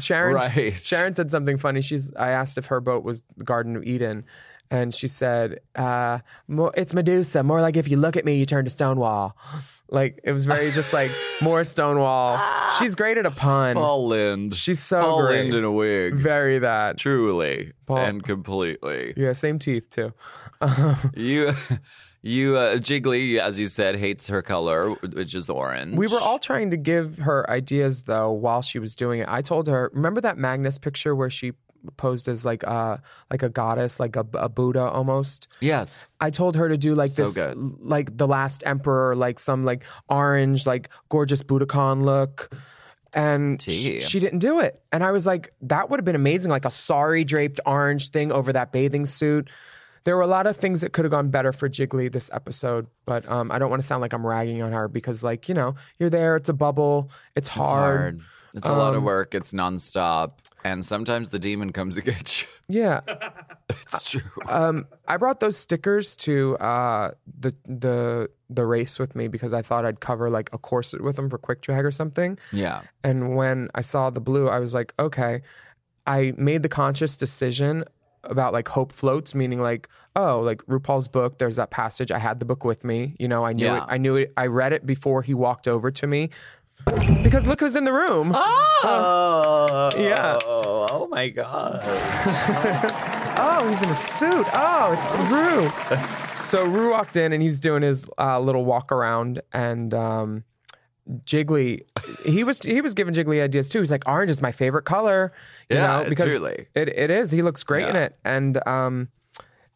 [SPEAKER 4] Sharon
[SPEAKER 11] Right.
[SPEAKER 4] Sharon said something funny. She's I asked if her boat was the Garden of Eden, and she said, uh, more, "It's Medusa. More like if you look at me, you turn to Stonewall." Like it was very just like more Stonewall. She's great at a pun.
[SPEAKER 11] Paul Lind.
[SPEAKER 4] She's so
[SPEAKER 11] Paul
[SPEAKER 4] great.
[SPEAKER 11] Lind in a wig.
[SPEAKER 4] Very that.
[SPEAKER 11] Truly
[SPEAKER 4] Paul-
[SPEAKER 11] and completely.
[SPEAKER 4] Yeah, same teeth too.
[SPEAKER 11] You you uh, Jiggly, as you said, hates her color, which is orange.
[SPEAKER 4] We were all trying to give her ideas though while she was doing it. I told her, remember that Magnus picture where she posed as like a like a goddess, like a, a Buddha almost.
[SPEAKER 11] Yes.
[SPEAKER 4] I told her to do like
[SPEAKER 11] So
[SPEAKER 4] this,
[SPEAKER 11] good.
[SPEAKER 4] like the last emperor, like some like orange, like gorgeous Budokan look. And sh-
[SPEAKER 11] Tea.
[SPEAKER 4] she didn't do it. And I was like, that would have been amazing, like a sorry draped orange thing over that bathing suit. There were a lot of things that could have gone better for Jiggly this episode, but um, I don't want to sound like I'm ragging on her because, like, you know, you're there, it's a bubble, it's
[SPEAKER 11] It's
[SPEAKER 4] hard. Um,
[SPEAKER 11] hard. It's a lot of work. It's nonstop, and sometimes the demon comes to get you.
[SPEAKER 4] Yeah.
[SPEAKER 11] It's true.
[SPEAKER 4] Um, I brought those stickers to uh, the the the race with me because I thought I'd cover like a corset with them for quick drag or something.
[SPEAKER 11] yeah.
[SPEAKER 4] And when I saw the blue, I was like, okay. I made the conscious decision about like hope floats, meaning like, oh, like RuPaul's book, there's that passage. I had the book with me. You know, I knew
[SPEAKER 11] Yeah.
[SPEAKER 4] it. I knew it. I read it before he walked over to me. Because look who's in the room.
[SPEAKER 11] Oh.
[SPEAKER 4] yeah.
[SPEAKER 11] Oh, oh my god.
[SPEAKER 4] Oh, he's in a suit. Oh, it's Rue. so Rue walked in and he's doing his uh, little walk around and um, Jiggly. He was he was giving Jiggly ideas too. He's like, orange is my favorite color. You
[SPEAKER 11] Yeah,
[SPEAKER 4] know, because
[SPEAKER 11] truly.
[SPEAKER 4] It it is. He looks great in
[SPEAKER 11] Yeah.
[SPEAKER 4] it. And um,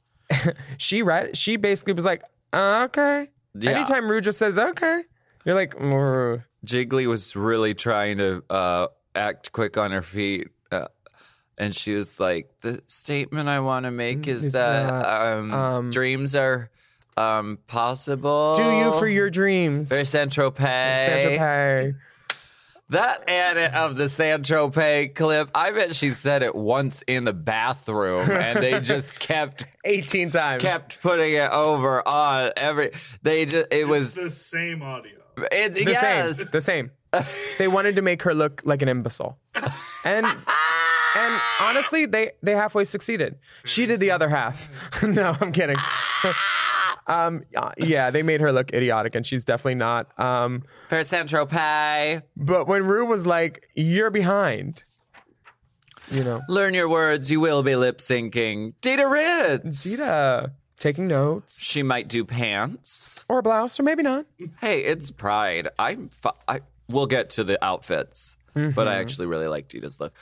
[SPEAKER 4] she read. She basically was like, uh, okay.
[SPEAKER 11] Yeah.
[SPEAKER 4] Anytime Rue just says okay, you're like, mm, Rue.
[SPEAKER 11] Jiggly was really trying to uh, act quick on her feet. Uh, and she was like, The statement I want to make is
[SPEAKER 4] It's
[SPEAKER 11] that
[SPEAKER 4] not,
[SPEAKER 11] um,
[SPEAKER 4] Mm, um,
[SPEAKER 11] dreams are um, possible.
[SPEAKER 4] do you for your dreams.
[SPEAKER 11] Or Saint Tropez.
[SPEAKER 4] Saint-Tropez.
[SPEAKER 11] That edit of the Saint Tropez clip, I bet she said it once in the bathroom and they just kept
[SPEAKER 4] 18 times.
[SPEAKER 11] kept putting it over on every they just it
[SPEAKER 6] It's
[SPEAKER 11] was
[SPEAKER 6] the same audio.
[SPEAKER 11] it,
[SPEAKER 4] The
[SPEAKER 11] yes
[SPEAKER 4] same. The same. They wanted to make her look like an imbecile. And and honestly, they they halfway succeeded. She did the other half. no, I'm kidding. um, uh, yeah, they made her look idiotic, and she's definitely not. Um,
[SPEAKER 11] for Central Pay.
[SPEAKER 4] But when Rue was like, "You're behind," you know,
[SPEAKER 11] Learn your words, you will be lip syncing. Dita Ritz.
[SPEAKER 4] Dita, taking notes.
[SPEAKER 11] She might do pants.
[SPEAKER 4] or a blouse, or maybe not.
[SPEAKER 11] Hey, it's Pride. I'm. Fi- I, we'll get to the outfits, but I
[SPEAKER 4] Mhm.
[SPEAKER 11] actually really like Dita's look.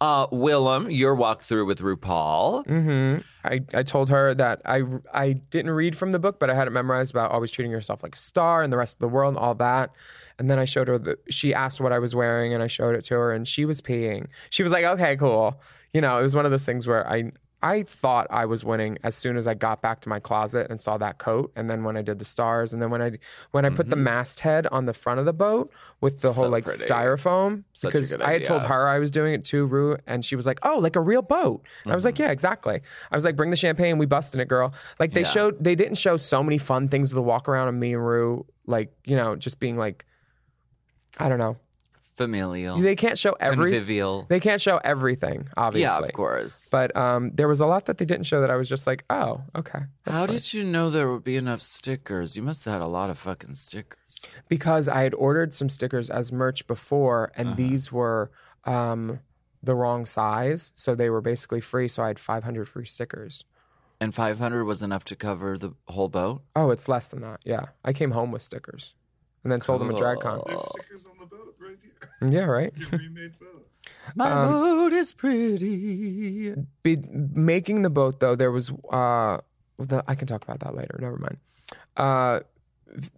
[SPEAKER 11] Uh, Willem, your walkthrough with RuPaul.
[SPEAKER 4] hmm I, I told her that I I didn't read from the book, but I had it memorized about always treating yourself like a star and the rest of the world and all that. And then I showed her the she asked what I was wearing and I showed it to her and she was peeing. She was like, "Okay, cool." You know, it was one of those things where I I thought I was winning as soon as I got back to my closet and saw that coat, and then when I did the stars, and then when I when I put the masthead on the front of the boat with the whole
[SPEAKER 11] Mm-hmm. So
[SPEAKER 4] like
[SPEAKER 11] pretty.
[SPEAKER 4] styrofoam,
[SPEAKER 11] Such a
[SPEAKER 4] because
[SPEAKER 11] good
[SPEAKER 4] I had told
[SPEAKER 11] idea.
[SPEAKER 4] her her I was doing it too, Rue, and she was like, "Oh, like a real boat." And I was like,
[SPEAKER 11] Mm-hmm.
[SPEAKER 4] "Yeah, exactly." I was like, "Bring the champagne, we busting it, girl." Like they
[SPEAKER 11] Yeah.
[SPEAKER 4] showed, they didn't show so many fun things of the walk around of me and Rue, like you know, just being like, I don't know.
[SPEAKER 11] Familial.
[SPEAKER 4] They can't show every
[SPEAKER 11] Convivial.
[SPEAKER 4] They can't show everything, obviously.
[SPEAKER 11] Yeah, of course.
[SPEAKER 4] But um, there was a lot that they didn't show that I was just like, "Oh, okay."
[SPEAKER 11] How did you know there would be enough stickers? You must have had a lot of fucking stickers.
[SPEAKER 4] because I had ordered some stickers as merch before,
[SPEAKER 11] Uh-huh.
[SPEAKER 4] and these were um, the wrong size, so they were basically free. So I had 500 free stickers.
[SPEAKER 11] And 500 was enough to cover the whole boat?
[SPEAKER 4] Oh, it's less than that. Yeah, I came home with stickers, and then sold them at DragCon.
[SPEAKER 11] Cool.
[SPEAKER 4] Yeah, right.
[SPEAKER 11] My
[SPEAKER 4] Um,
[SPEAKER 11] boat is pretty.
[SPEAKER 4] Be, making the boat though, there was uh, the, I can talk about that later. Never mind. Uh,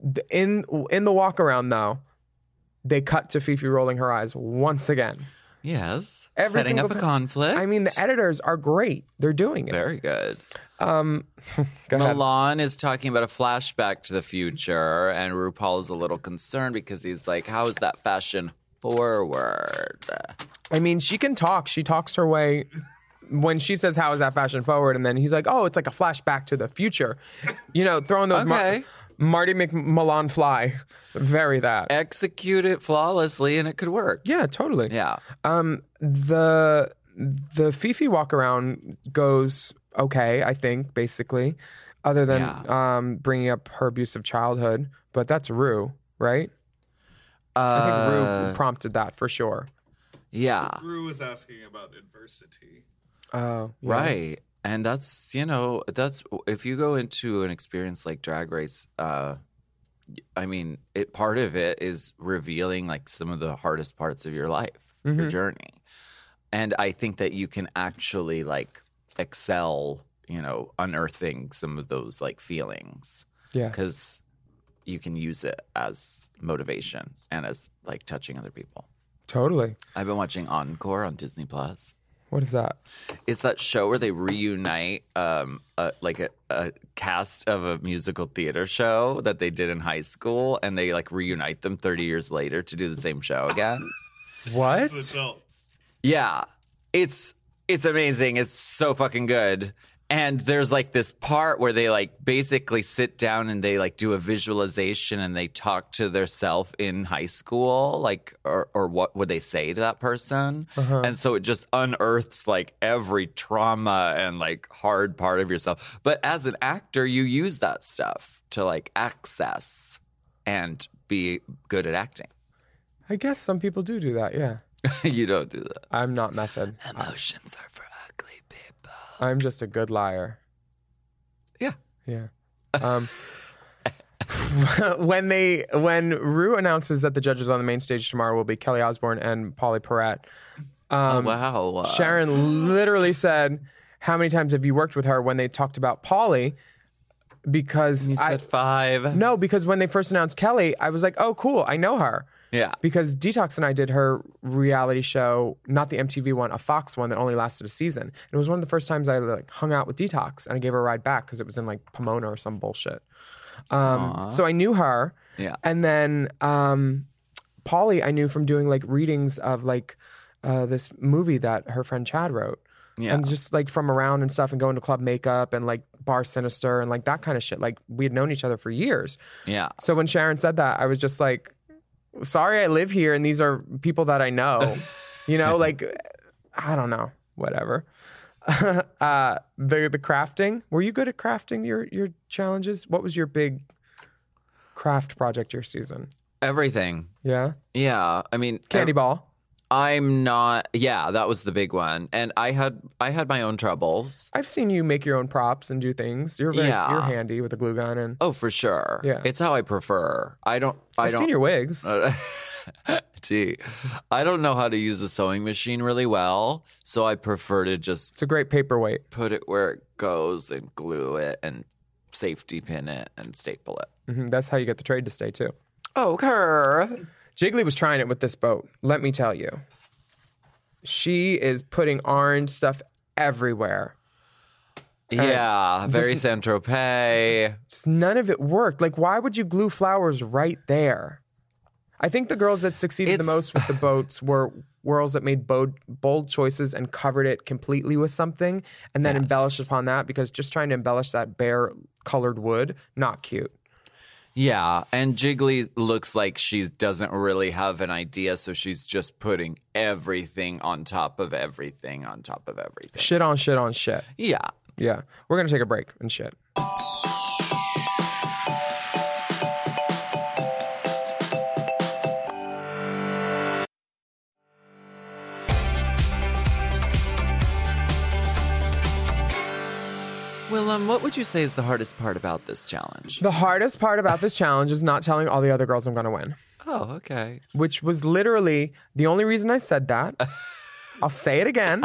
[SPEAKER 4] th- in in the walk around though, they cut to Fifi rolling her eyes once again.
[SPEAKER 11] Yes.
[SPEAKER 4] Every
[SPEAKER 11] Setting
[SPEAKER 4] single
[SPEAKER 11] up a
[SPEAKER 4] ti-
[SPEAKER 11] conflict.
[SPEAKER 4] I mean, the editors are great. They're doing it.
[SPEAKER 11] Very good.
[SPEAKER 4] Um, go ahead.
[SPEAKER 11] Milan is talking about a flashback to the future, and RuPaul is a little concerned because he's like, How is that fashion forward?
[SPEAKER 4] I mean, she can talk. She talks her way. When she says, "How is that fashion forward?" and then he's like, "Oh, it's like a flashback to the future," you know, throwing those Mar-
[SPEAKER 11] Okay.
[SPEAKER 4] Marty McMillan fly, very that.
[SPEAKER 11] Execute it flawlessly, and it could work.
[SPEAKER 4] Yeah, totally.
[SPEAKER 11] Yeah.
[SPEAKER 4] Um, the the Fifi walk around goes okay, I think, basically, other than um, bringing up her abusive childhood. But that's Rue, right? I think
[SPEAKER 11] Uh,
[SPEAKER 4] Rue prompted that for sure.
[SPEAKER 11] Yeah.
[SPEAKER 6] Rue was asking about adversity.
[SPEAKER 4] Oh, yeah.
[SPEAKER 11] Right. And that's, you know, that's if you go into an experience like Drag Race, uh, I mean, it part of it is revealing like some of the hardest parts of your life, your
[SPEAKER 4] Mhm.
[SPEAKER 11] journey. And I think that you can actually like excel, you know, unearthing some of those like feelings
[SPEAKER 4] Yeah.
[SPEAKER 11] because you can use it as motivation and as like touching other people.
[SPEAKER 4] Totally.
[SPEAKER 11] I've been watching Encore on Disney Plus.
[SPEAKER 4] What is that?
[SPEAKER 11] It's that show where they reunite um, a, like a, a cast of a musical theater show that they did in high school, and they like reunite them 30 years later to do the same show again.
[SPEAKER 4] What?
[SPEAKER 6] As adults.
[SPEAKER 11] Yeah. It's it's amazing. It's so fucking good. And there's like this part where they like basically sit down and they like do a visualization and they talk to their self in high school, like or or what would they say to that person?
[SPEAKER 4] Uh-huh.
[SPEAKER 11] And so it just unearths like every trauma and like hard part of yourself. But as an actor, you use that stuff to like access and be good at acting.
[SPEAKER 4] I guess some people do do that. Yeah.
[SPEAKER 11] you don't do that.
[SPEAKER 4] I'm not method.
[SPEAKER 11] Emotions are for ugly people.
[SPEAKER 4] I'm just a good liar.
[SPEAKER 11] Yeah.
[SPEAKER 4] Yeah. Um, when they when Rue announces that the judges on the main stage tomorrow will be Kelly Osbourne and Polly Perrette, um,
[SPEAKER 11] oh, wow.
[SPEAKER 4] Sharon literally said, "How many times have you worked with her?" When they talked about Polly, because
[SPEAKER 11] You
[SPEAKER 4] I
[SPEAKER 11] said five.
[SPEAKER 4] no, because when they first announced Kelly, I was like, "Oh, cool, I know her."
[SPEAKER 11] Yeah.
[SPEAKER 4] because Detox and I did her reality show, not the MTV one, a Fox one that only lasted a season. And it was one of the first times I like hung out with Detox and I gave her a ride back because it was in like Pomona or some bullshit. Um, so I knew her.
[SPEAKER 11] Yeah.
[SPEAKER 4] And then um, Polly, I knew from doing like readings of like uh, this movie that her friend Chad wrote.
[SPEAKER 11] Yeah.
[SPEAKER 4] And just like from around and stuff and going to club makeup and like bar sinister and like that kind of shit. Like we had known each other for years.
[SPEAKER 11] Yeah.
[SPEAKER 4] So when Sharon said that, I was just like, sorry I live here and these are people that I know. You know, like I don't know, whatever. uh, the the crafting. Were you good at crafting your your challenges? What was your big craft project your season?
[SPEAKER 11] Everything.
[SPEAKER 4] Yeah.
[SPEAKER 11] Yeah. I mean,
[SPEAKER 4] Candy ball.
[SPEAKER 11] I'm not. Yeah, that was the big one, and I had I had my own troubles.
[SPEAKER 4] I've seen you make your own props and do things. You're very,
[SPEAKER 11] Yeah.
[SPEAKER 4] you're handy with a glue gun and
[SPEAKER 11] Oh, for sure.
[SPEAKER 4] Yeah.
[SPEAKER 11] it's how I prefer. I don't. I
[SPEAKER 4] I've
[SPEAKER 11] don't, Uh
[SPEAKER 4] seen your wigs.
[SPEAKER 11] Gee, I don't know how to use a sewing machine really well, so I prefer to just
[SPEAKER 4] it's a great paperweight.
[SPEAKER 11] put it where it goes and glue it and safety pin it and staple it.
[SPEAKER 4] hmm That's how you get the trade to stay too. Oh,
[SPEAKER 11] Okay.
[SPEAKER 4] Jiggly was trying it with this boat. Let me tell you, she is putting orange stuff everywhere.
[SPEAKER 11] Yeah, very Saint Tropez.
[SPEAKER 4] Just none of it worked. Like, why would you glue flowers right there? I think the girls that succeeded the
[SPEAKER 11] It's-
[SPEAKER 4] most with the boats were girls that made bold, bold choices and covered it completely with something and then embellished upon that because just trying to embellish that bare colored wood, not cute.
[SPEAKER 11] Yeah, and Jiggly looks like she doesn't really have an idea, so she's just putting everything on top of everything on top of everything.
[SPEAKER 4] Shit on shit on shit.
[SPEAKER 11] Yeah.
[SPEAKER 4] Yeah. We're going to take a break and shit.
[SPEAKER 11] Well, um, what would you say is the hardest part about this challenge?
[SPEAKER 4] The hardest part about this challenge is not telling all the other girls I'm going to win.
[SPEAKER 11] Oh, okay.
[SPEAKER 4] which was literally the only reason I said that. I'll say it again.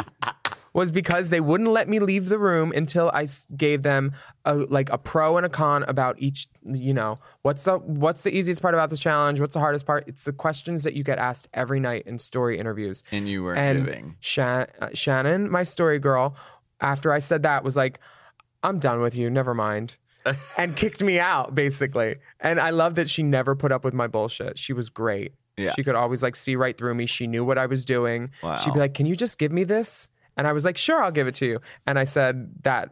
[SPEAKER 4] Was because they wouldn't let me leave the room until I s- gave them a, like a pro and a con about each. You know, what's the what's the easiest part about this challenge? What's the hardest part? It's the questions that you get asked every night in story interviews.
[SPEAKER 11] And you were
[SPEAKER 4] And
[SPEAKER 11] giving.
[SPEAKER 4] Shan- uh, Shannon, my story girl, after I said that, was like, I'm done with you. Never mind. and kicked me out, basically. And I love that she never put up with my bullshit. She was great.
[SPEAKER 11] Yeah.
[SPEAKER 4] She could always like see right through me. She knew what I was doing.
[SPEAKER 11] Wow.
[SPEAKER 4] She'd be like, Can you just give me this? And I was like, Sure, I'll give it to you. And I said that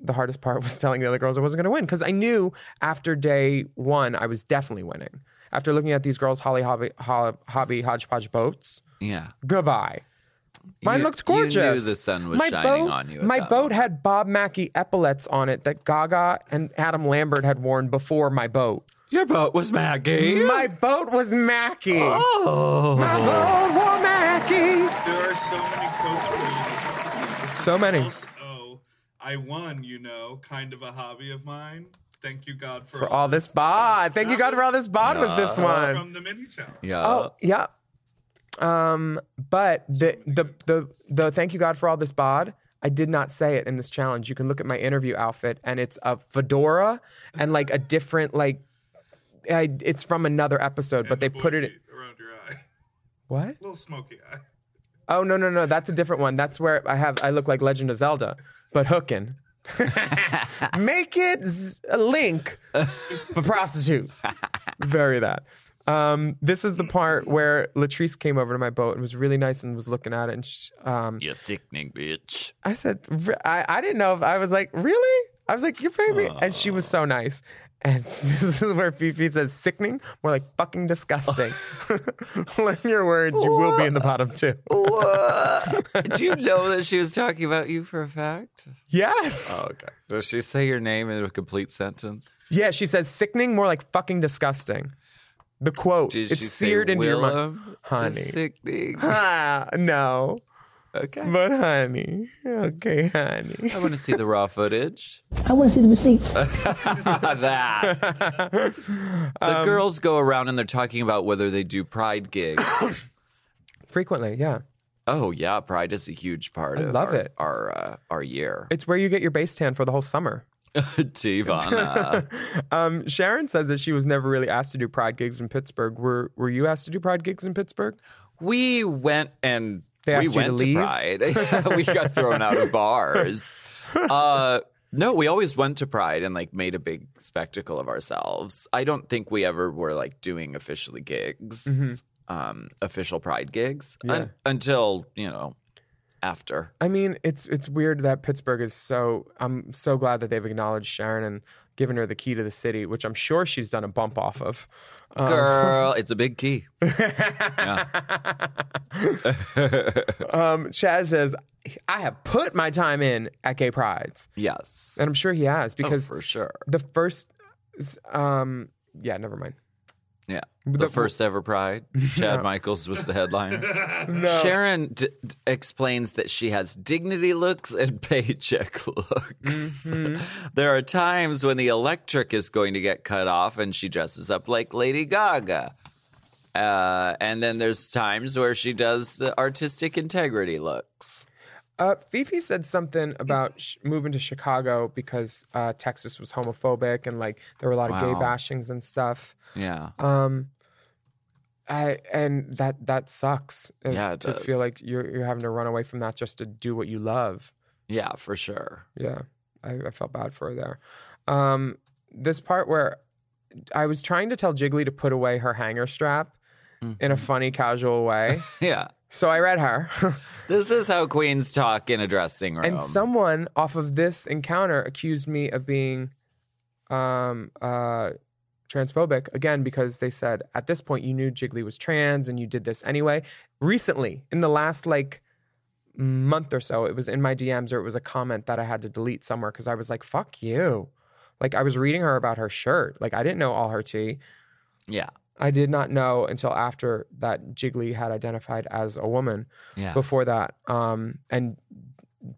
[SPEAKER 4] the hardest part was telling the other girls I wasn't going to win because I knew after day one, I was definitely winning. After looking at these girls, Holly Hobby, Ho- Hobby Hodgepodge boats,
[SPEAKER 11] Yeah.
[SPEAKER 4] goodbye. Mine
[SPEAKER 11] You-
[SPEAKER 4] looked
[SPEAKER 11] you knew
[SPEAKER 4] gorgeous.
[SPEAKER 11] the sun was shining
[SPEAKER 4] boat,
[SPEAKER 11] on you at
[SPEAKER 4] My
[SPEAKER 11] that
[SPEAKER 4] boat had Bob Mackey epaulets on it that Gaga and Adam Lambert had worn before my boat.
[SPEAKER 11] Your boat was Maggie.
[SPEAKER 4] My boat was Mackey.
[SPEAKER 11] oh.
[SPEAKER 4] My boat was Mackey.
[SPEAKER 6] There are so many quotes for you this episode. This is
[SPEAKER 4] So many.
[SPEAKER 6] Also, "Oh, I won, you know, kind of a hobby of mine. Thank you, God, for,
[SPEAKER 4] For all this bod. Thank you God for all this bod was this one.
[SPEAKER 6] From the mini town.
[SPEAKER 11] Yeah.
[SPEAKER 4] Oh, yeah. Um, but the, the the the thank you God for all this bod. I did not say it in this challenge. You can look at my interview outfit, and it's a fedora and like a different like. I, it's from another episode, but they put it.
[SPEAKER 6] around your eye.
[SPEAKER 4] What?
[SPEAKER 6] little smoky eye.
[SPEAKER 4] Oh no no no! That's a different one. That's where I have I look like Legend of Zelda, but hooking. Make it z- a link, but prostitute. Very that. Um, this is the part where Latrice came over to my boat and was really nice and was looking at it. And sh um,
[SPEAKER 11] You sickening bitch.
[SPEAKER 4] I said, "Re- I, I didn't know if I was like, really? I was like, you're baby. And she was so nice. And this is where Fifi says, sickening, more like fucking disgusting. Learn your words, you will be in the bottom too.
[SPEAKER 11] What? Do you know that she was talking about you for a fact?
[SPEAKER 4] Yes.
[SPEAKER 11] okay. Does she say your name in a complete sentence?
[SPEAKER 4] Yeah, she says sickening, more like fucking disgusting. The quote.
[SPEAKER 11] Did
[SPEAKER 4] it's
[SPEAKER 11] she
[SPEAKER 4] seared
[SPEAKER 11] say
[SPEAKER 4] into your mind.
[SPEAKER 11] Willem?
[SPEAKER 4] Honey.
[SPEAKER 11] Sickening.
[SPEAKER 4] Ah, no.
[SPEAKER 11] Okay.
[SPEAKER 4] But honey. Okay, honey.
[SPEAKER 11] I want to see the raw footage.
[SPEAKER 8] I want to see the receipts.
[SPEAKER 11] that. the
[SPEAKER 4] Um,
[SPEAKER 11] girls go around and they're talking about whether they do pride gigs.
[SPEAKER 4] Frequently, yeah.
[SPEAKER 11] oh yeah, pride is a huge part
[SPEAKER 4] I
[SPEAKER 11] of
[SPEAKER 4] love
[SPEAKER 11] our
[SPEAKER 4] it.
[SPEAKER 11] our, uh, our year.
[SPEAKER 4] It's where you get your base tan for the whole summer.
[SPEAKER 11] Tivana.
[SPEAKER 4] Um, Sharon says that she was never really asked to do pride gigs in Pittsburgh. Were were you asked to do pride gigs in Pittsburgh?
[SPEAKER 11] we went and
[SPEAKER 4] They
[SPEAKER 11] we
[SPEAKER 4] asked you to
[SPEAKER 11] went
[SPEAKER 4] leave?
[SPEAKER 11] pride. we got thrown out of bars. Uh, no, we always went to Pride and like made a big spectacle of ourselves. I don't think we ever were like doing officially
[SPEAKER 4] Mm-hmm.
[SPEAKER 11] gigs, um, official Pride gigs un- until you know after.
[SPEAKER 4] I mean, it's it's weird that Pittsburgh is so. I'm so glad that they've acknowledged Sharon and given her the key to the city, which I'm sure she's done a bump off of. Um,
[SPEAKER 11] Girl, it's a big key.
[SPEAKER 4] um, Chad says, "I have put my time in at Gay Prides."
[SPEAKER 11] Yes,
[SPEAKER 4] and I'm sure he has because
[SPEAKER 11] Oh, for sure
[SPEAKER 4] the first. Um, yeah, never mind.
[SPEAKER 11] Yeah.
[SPEAKER 4] But
[SPEAKER 11] The,
[SPEAKER 4] the-
[SPEAKER 11] first ever Pride. Chad Michaels was the headliner.
[SPEAKER 4] No.
[SPEAKER 11] Sharon d- d- explains that she has dignity looks and paycheck looks.
[SPEAKER 4] Mm-hmm.
[SPEAKER 11] there are times when the electric is going to get cut off and she dresses up like Lady Gaga. Uh, and then there's times where she does the artistic integrity looks.
[SPEAKER 4] Uh, Fifi said something about sh- moving to Chicago because uh, Texas was homophobic and like there were a lot of gay
[SPEAKER 11] Wow.
[SPEAKER 4] bashings and stuff.
[SPEAKER 11] Yeah.
[SPEAKER 4] Um, I and that that sucks. uh,
[SPEAKER 11] Yeah, it
[SPEAKER 4] to
[SPEAKER 11] does.
[SPEAKER 4] feel like you're you're having to run away from that just to do what you love.
[SPEAKER 11] Yeah, for sure.
[SPEAKER 4] Yeah, I, I felt bad for her there. Um, this part where I was trying to tell Jiggly to put away her hanger strap in a funny, casual way.
[SPEAKER 11] Yeah.
[SPEAKER 4] So I read her.
[SPEAKER 11] This is how queens talk in a dressing room.
[SPEAKER 4] And someone off of this encounter accused me of being um, uh, transphobic again because they said at this point you knew Jiggly was trans and you did this anyway. Recently, in the last like month or so, it was in my DMs or it was a comment that I had to delete somewhere because I was like, "Fuck you!" Like I was reading her about her shirt. Like I didn't know all her tea.
[SPEAKER 11] yeah.
[SPEAKER 4] I did not know until after that Jiggly had identified as a woman
[SPEAKER 11] Yeah.
[SPEAKER 4] before that. Um, and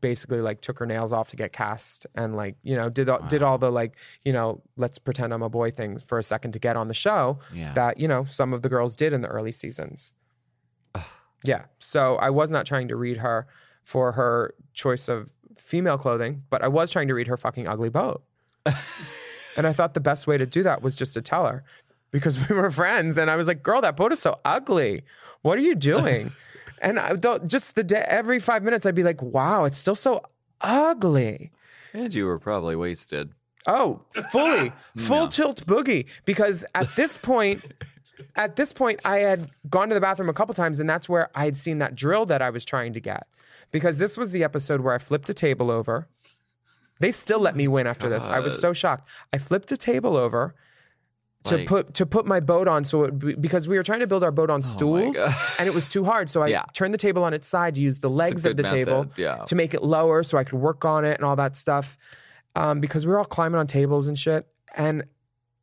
[SPEAKER 4] basically like took her nails off to get cast and like, you know, did all, did all the like, you know, let's pretend I'm a boy thing for a second to get on the show
[SPEAKER 11] Yeah.
[SPEAKER 4] that, you know, some of the girls did in the early seasons. yeah. So I was not trying to read her for her choice of female clothing, but I was trying to read her fucking ugly boat. and I thought the best way to do that was just to tell her because we were friends. And I was like, girl, that boat is so ugly. What are you doing? and I, though, just the day, every five minutes, I'd be like, wow, it's still so ugly.
[SPEAKER 11] And you were probably wasted.
[SPEAKER 4] Oh, fully, full tilt boogie. Because at this point, at this point, I had gone to the bathroom a couple times, and that's where I had seen that drill that I was trying to get. Because this was the episode where I flipped a table over. They still let me win after this. I was so shocked. I flipped a table over to
[SPEAKER 11] Like- Oh
[SPEAKER 4] put to put my boat on so it, be- because we were trying to build our boat on stools
[SPEAKER 11] God.
[SPEAKER 4] and it was too hard so I
[SPEAKER 11] Yeah.
[SPEAKER 4] turned the table on its side to use the legs of the
[SPEAKER 11] good
[SPEAKER 4] table
[SPEAKER 11] method, yeah.
[SPEAKER 4] to make it lower so I could work on it and all that stuff um, because we were all climbing on tables and shit and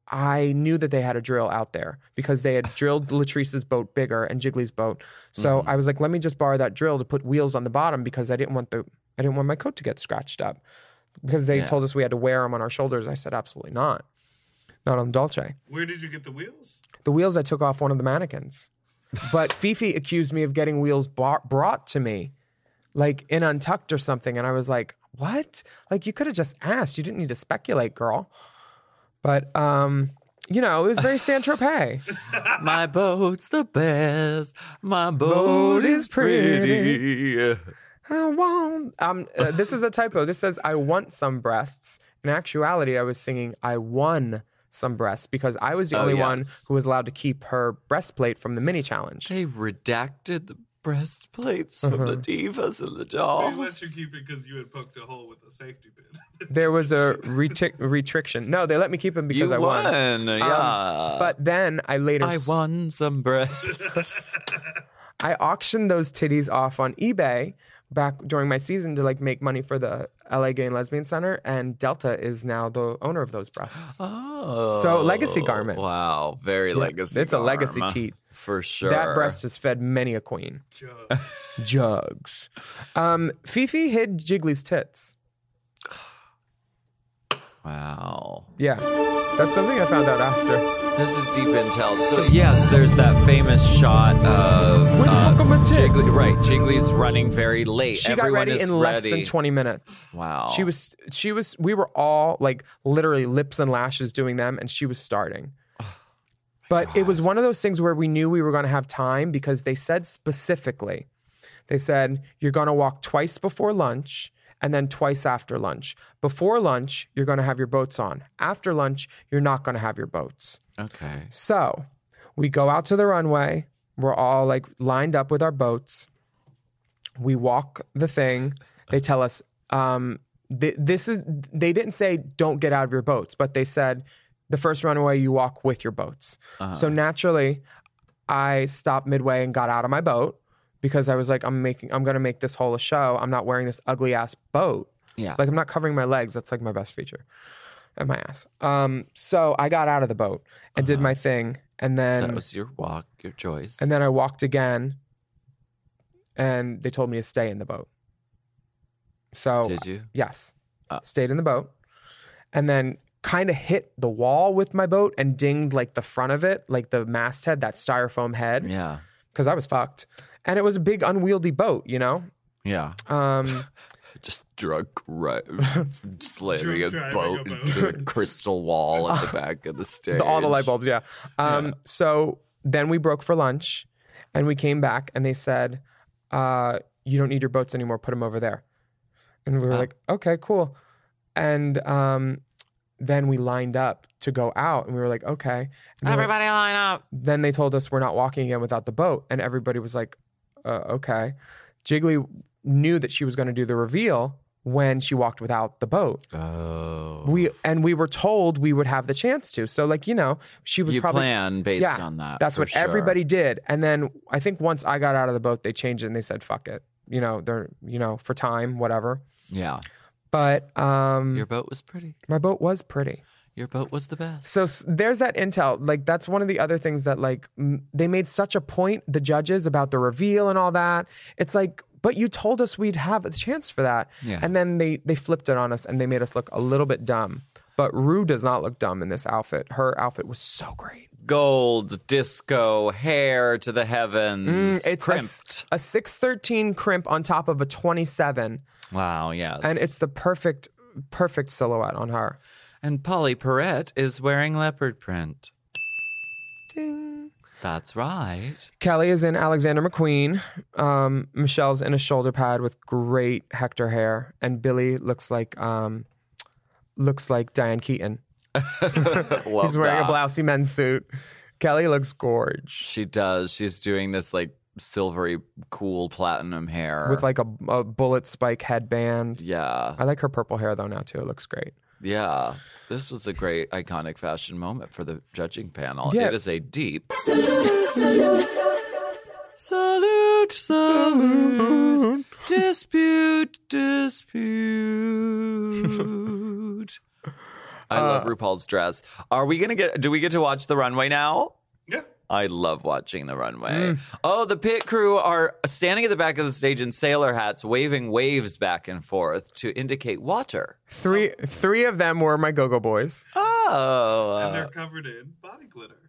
[SPEAKER 4] I knew that they had a drill out there because they had drilled Latrice's boat bigger and Jiggly's boat so
[SPEAKER 11] Mm-hmm.
[SPEAKER 4] I was like let me just borrow that drill to put wheels on the bottom because I didn't want the I didn't want my coat to get scratched up because they
[SPEAKER 11] Yeah.
[SPEAKER 4] told us we had to wear them on our shoulders I said absolutely not not on Dolce
[SPEAKER 6] Where did you get the wheels?
[SPEAKER 4] the wheels I took off one of the mannequins. But Fifi accused me of getting wheels bar- brought to me, like in Untucked or something. And I was like, what? Like, you could have just asked. You didn't need to speculate, girl. But, um, you know, it was very San Tropez.
[SPEAKER 11] My boat's the best. My boat, is
[SPEAKER 4] is pretty.
[SPEAKER 11] pretty.
[SPEAKER 4] I want. Um, uh, this is a typo. This says, I want some breasts. In actuality, I was singing, I won some breasts because I was the
[SPEAKER 11] Oh,
[SPEAKER 4] only
[SPEAKER 11] yes.
[SPEAKER 4] one who was allowed to keep her breastplate from the mini challenge.
[SPEAKER 11] They redacted the breastplates from
[SPEAKER 4] Uh-huh.
[SPEAKER 11] the divas and the
[SPEAKER 6] They let
[SPEAKER 11] dolls.
[SPEAKER 6] you keep it because you had poked a hole with a safety pin.
[SPEAKER 4] There was a retic- retriction. No, they let me keep him because
[SPEAKER 11] You
[SPEAKER 4] I won.
[SPEAKER 11] won,
[SPEAKER 4] Um,
[SPEAKER 11] yeah.
[SPEAKER 4] but then I later
[SPEAKER 11] I
[SPEAKER 4] s-
[SPEAKER 11] won some breasts.
[SPEAKER 4] I auctioned those titties off on eBay back during my season to like make money for the LA Gay and Lesbian Center, and Delta is now the owner of those breasts.
[SPEAKER 11] oh,
[SPEAKER 4] So, legacy garment.
[SPEAKER 11] Wow, very legacy.
[SPEAKER 4] it's a legacy
[SPEAKER 11] garment.
[SPEAKER 4] teat.
[SPEAKER 11] for sure.
[SPEAKER 4] That breast has fed many a queen. Jugs. Jugs. Um, Fifi hid Jiggly's tits.
[SPEAKER 11] Wow.
[SPEAKER 4] Yeah. That's something I found out after.
[SPEAKER 11] This is deep intel. So yes, there's that famous shot of uh,
[SPEAKER 4] Where the fuck are my tits?
[SPEAKER 11] Jiggly, right? Jiggly's running very late.
[SPEAKER 4] She
[SPEAKER 11] Everyone
[SPEAKER 4] got ready
[SPEAKER 11] is
[SPEAKER 4] in less
[SPEAKER 11] ready.
[SPEAKER 4] than 20 minutes.
[SPEAKER 11] Wow.
[SPEAKER 4] She was she was we were all like literally lips and lashes doing them and she was starting. But it was one of those things where we knew we were going to have time because they said specifically. They said you're going to walk twice before lunch and then twice after lunch. Before lunch, you're going to have your boats on. After lunch, you're not going to have your boats.
[SPEAKER 11] okay.
[SPEAKER 4] So we go out to the runway. We're all like lined up with our boats. We walk the thing. They tell us um, th- this is. They didn't say don't get out of your boats, but they said the first runway you walk with your boats.
[SPEAKER 1] Uh-huh.
[SPEAKER 4] So naturally, I stopped midway and got out of my boat because I was like, I'm making. I'm gonna make this whole a show. I'm not wearing this ugly ass boat.
[SPEAKER 11] Yeah.
[SPEAKER 4] Like I'm not covering my legs. That's like my best feature. And my ass. Um, so I got out of the boat and did my thing, and then
[SPEAKER 11] Uh-huh. that was your walk, your choice.
[SPEAKER 4] and then I walked again, and they told me to stay in the boat. So
[SPEAKER 11] Did you? Uh.
[SPEAKER 4] Yes, stayed in the boat, and then kind of hit the wall with my boat and dinged like the front of it, like the masthead, that styrofoam head.
[SPEAKER 11] Yeah,
[SPEAKER 4] because I was fucked, and it was a big unwieldy boat, you know.
[SPEAKER 11] yeah,
[SPEAKER 4] Um,
[SPEAKER 11] just drunk ri- slamming
[SPEAKER 4] Drunk
[SPEAKER 11] a
[SPEAKER 4] driving
[SPEAKER 11] boat
[SPEAKER 4] a boat.
[SPEAKER 11] into a crystal wall at the back of the stage.
[SPEAKER 4] The, all the light bulbs, yeah. Um, So then we broke for lunch, and we came back, and they said, uh, "You don't need your boats anymore. Put them over there." And we were like, "Okay, cool." And um, then we lined up to go out, and we were like, "Okay." And they were like-
[SPEAKER 9] Everybody line up.
[SPEAKER 4] then they told us we're not walking again without the boat, and everybody was like, uh, "Okay." Jiggly knew that she was going to do the reveal when she walked without the boat.
[SPEAKER 11] Oh.
[SPEAKER 4] We and we were told we would have the chance to. So like, you know, she was
[SPEAKER 11] You
[SPEAKER 4] probably
[SPEAKER 11] plan based on that,
[SPEAKER 4] That's
[SPEAKER 11] for
[SPEAKER 4] what
[SPEAKER 11] sure.
[SPEAKER 4] everybody did. And then I think once I got out of the boat, they changed it and they said, "Fuck it." You know, they're, you know, for time, whatever.
[SPEAKER 11] Yeah,
[SPEAKER 4] But um
[SPEAKER 11] your boat was pretty.
[SPEAKER 4] my boat was pretty.
[SPEAKER 11] Your boat was the best.
[SPEAKER 4] So s- there's that intel. Like that's one of the other things that like m- they made such a point the judges about the reveal and all that. It's like but you told us we'd have a chance for that.
[SPEAKER 11] Yeah.
[SPEAKER 4] And then they they flipped it on us and they made us look a little bit dumb. But Rue does not look dumb in this outfit. Her outfit was so great.
[SPEAKER 11] Gold, disco, hair to the heavens.
[SPEAKER 4] Mm, it's a
[SPEAKER 11] crimped.
[SPEAKER 4] s- a 613 crimp on top of a 27
[SPEAKER 11] wow, yes.
[SPEAKER 4] and it's the perfect perfect silhouette on her.
[SPEAKER 11] And Polly Perrette is wearing leopard print. Ding. That's right.
[SPEAKER 4] Kelly is in Alexander McQueen. Um, Michelle's in a shoulder pad with great Hector hair, and Billy looks like um, looks like Diane Keaton. He's wearing a
[SPEAKER 11] that.
[SPEAKER 4] blousey men's suit. Kelly looks gorge
[SPEAKER 11] She does. She's doing this like silvery, cool platinum hair.
[SPEAKER 4] with like a, a bullet spike headband.
[SPEAKER 11] Yeah.
[SPEAKER 4] I like her purple hair though now too. It looks great.
[SPEAKER 11] Yeah. This was a great iconic fashion moment for the judging panel.
[SPEAKER 4] Yeah.
[SPEAKER 11] It is a deep
[SPEAKER 2] Salute, salute.
[SPEAKER 11] Salute, salute. dispute, dispute. Uh, I love RuPaul's dress. Are we gonna get? Do we get to watch the runway now?
[SPEAKER 6] Yeah.
[SPEAKER 11] I love watching the runway.
[SPEAKER 6] Mm.
[SPEAKER 11] Oh, the pit crew are standing at the back of the stage in sailor hats, waving waves back and forth to indicate water.
[SPEAKER 4] Three three of them were my go-go boys.
[SPEAKER 11] Oh,
[SPEAKER 6] and they're
[SPEAKER 11] uh,
[SPEAKER 6] covered in body glitter.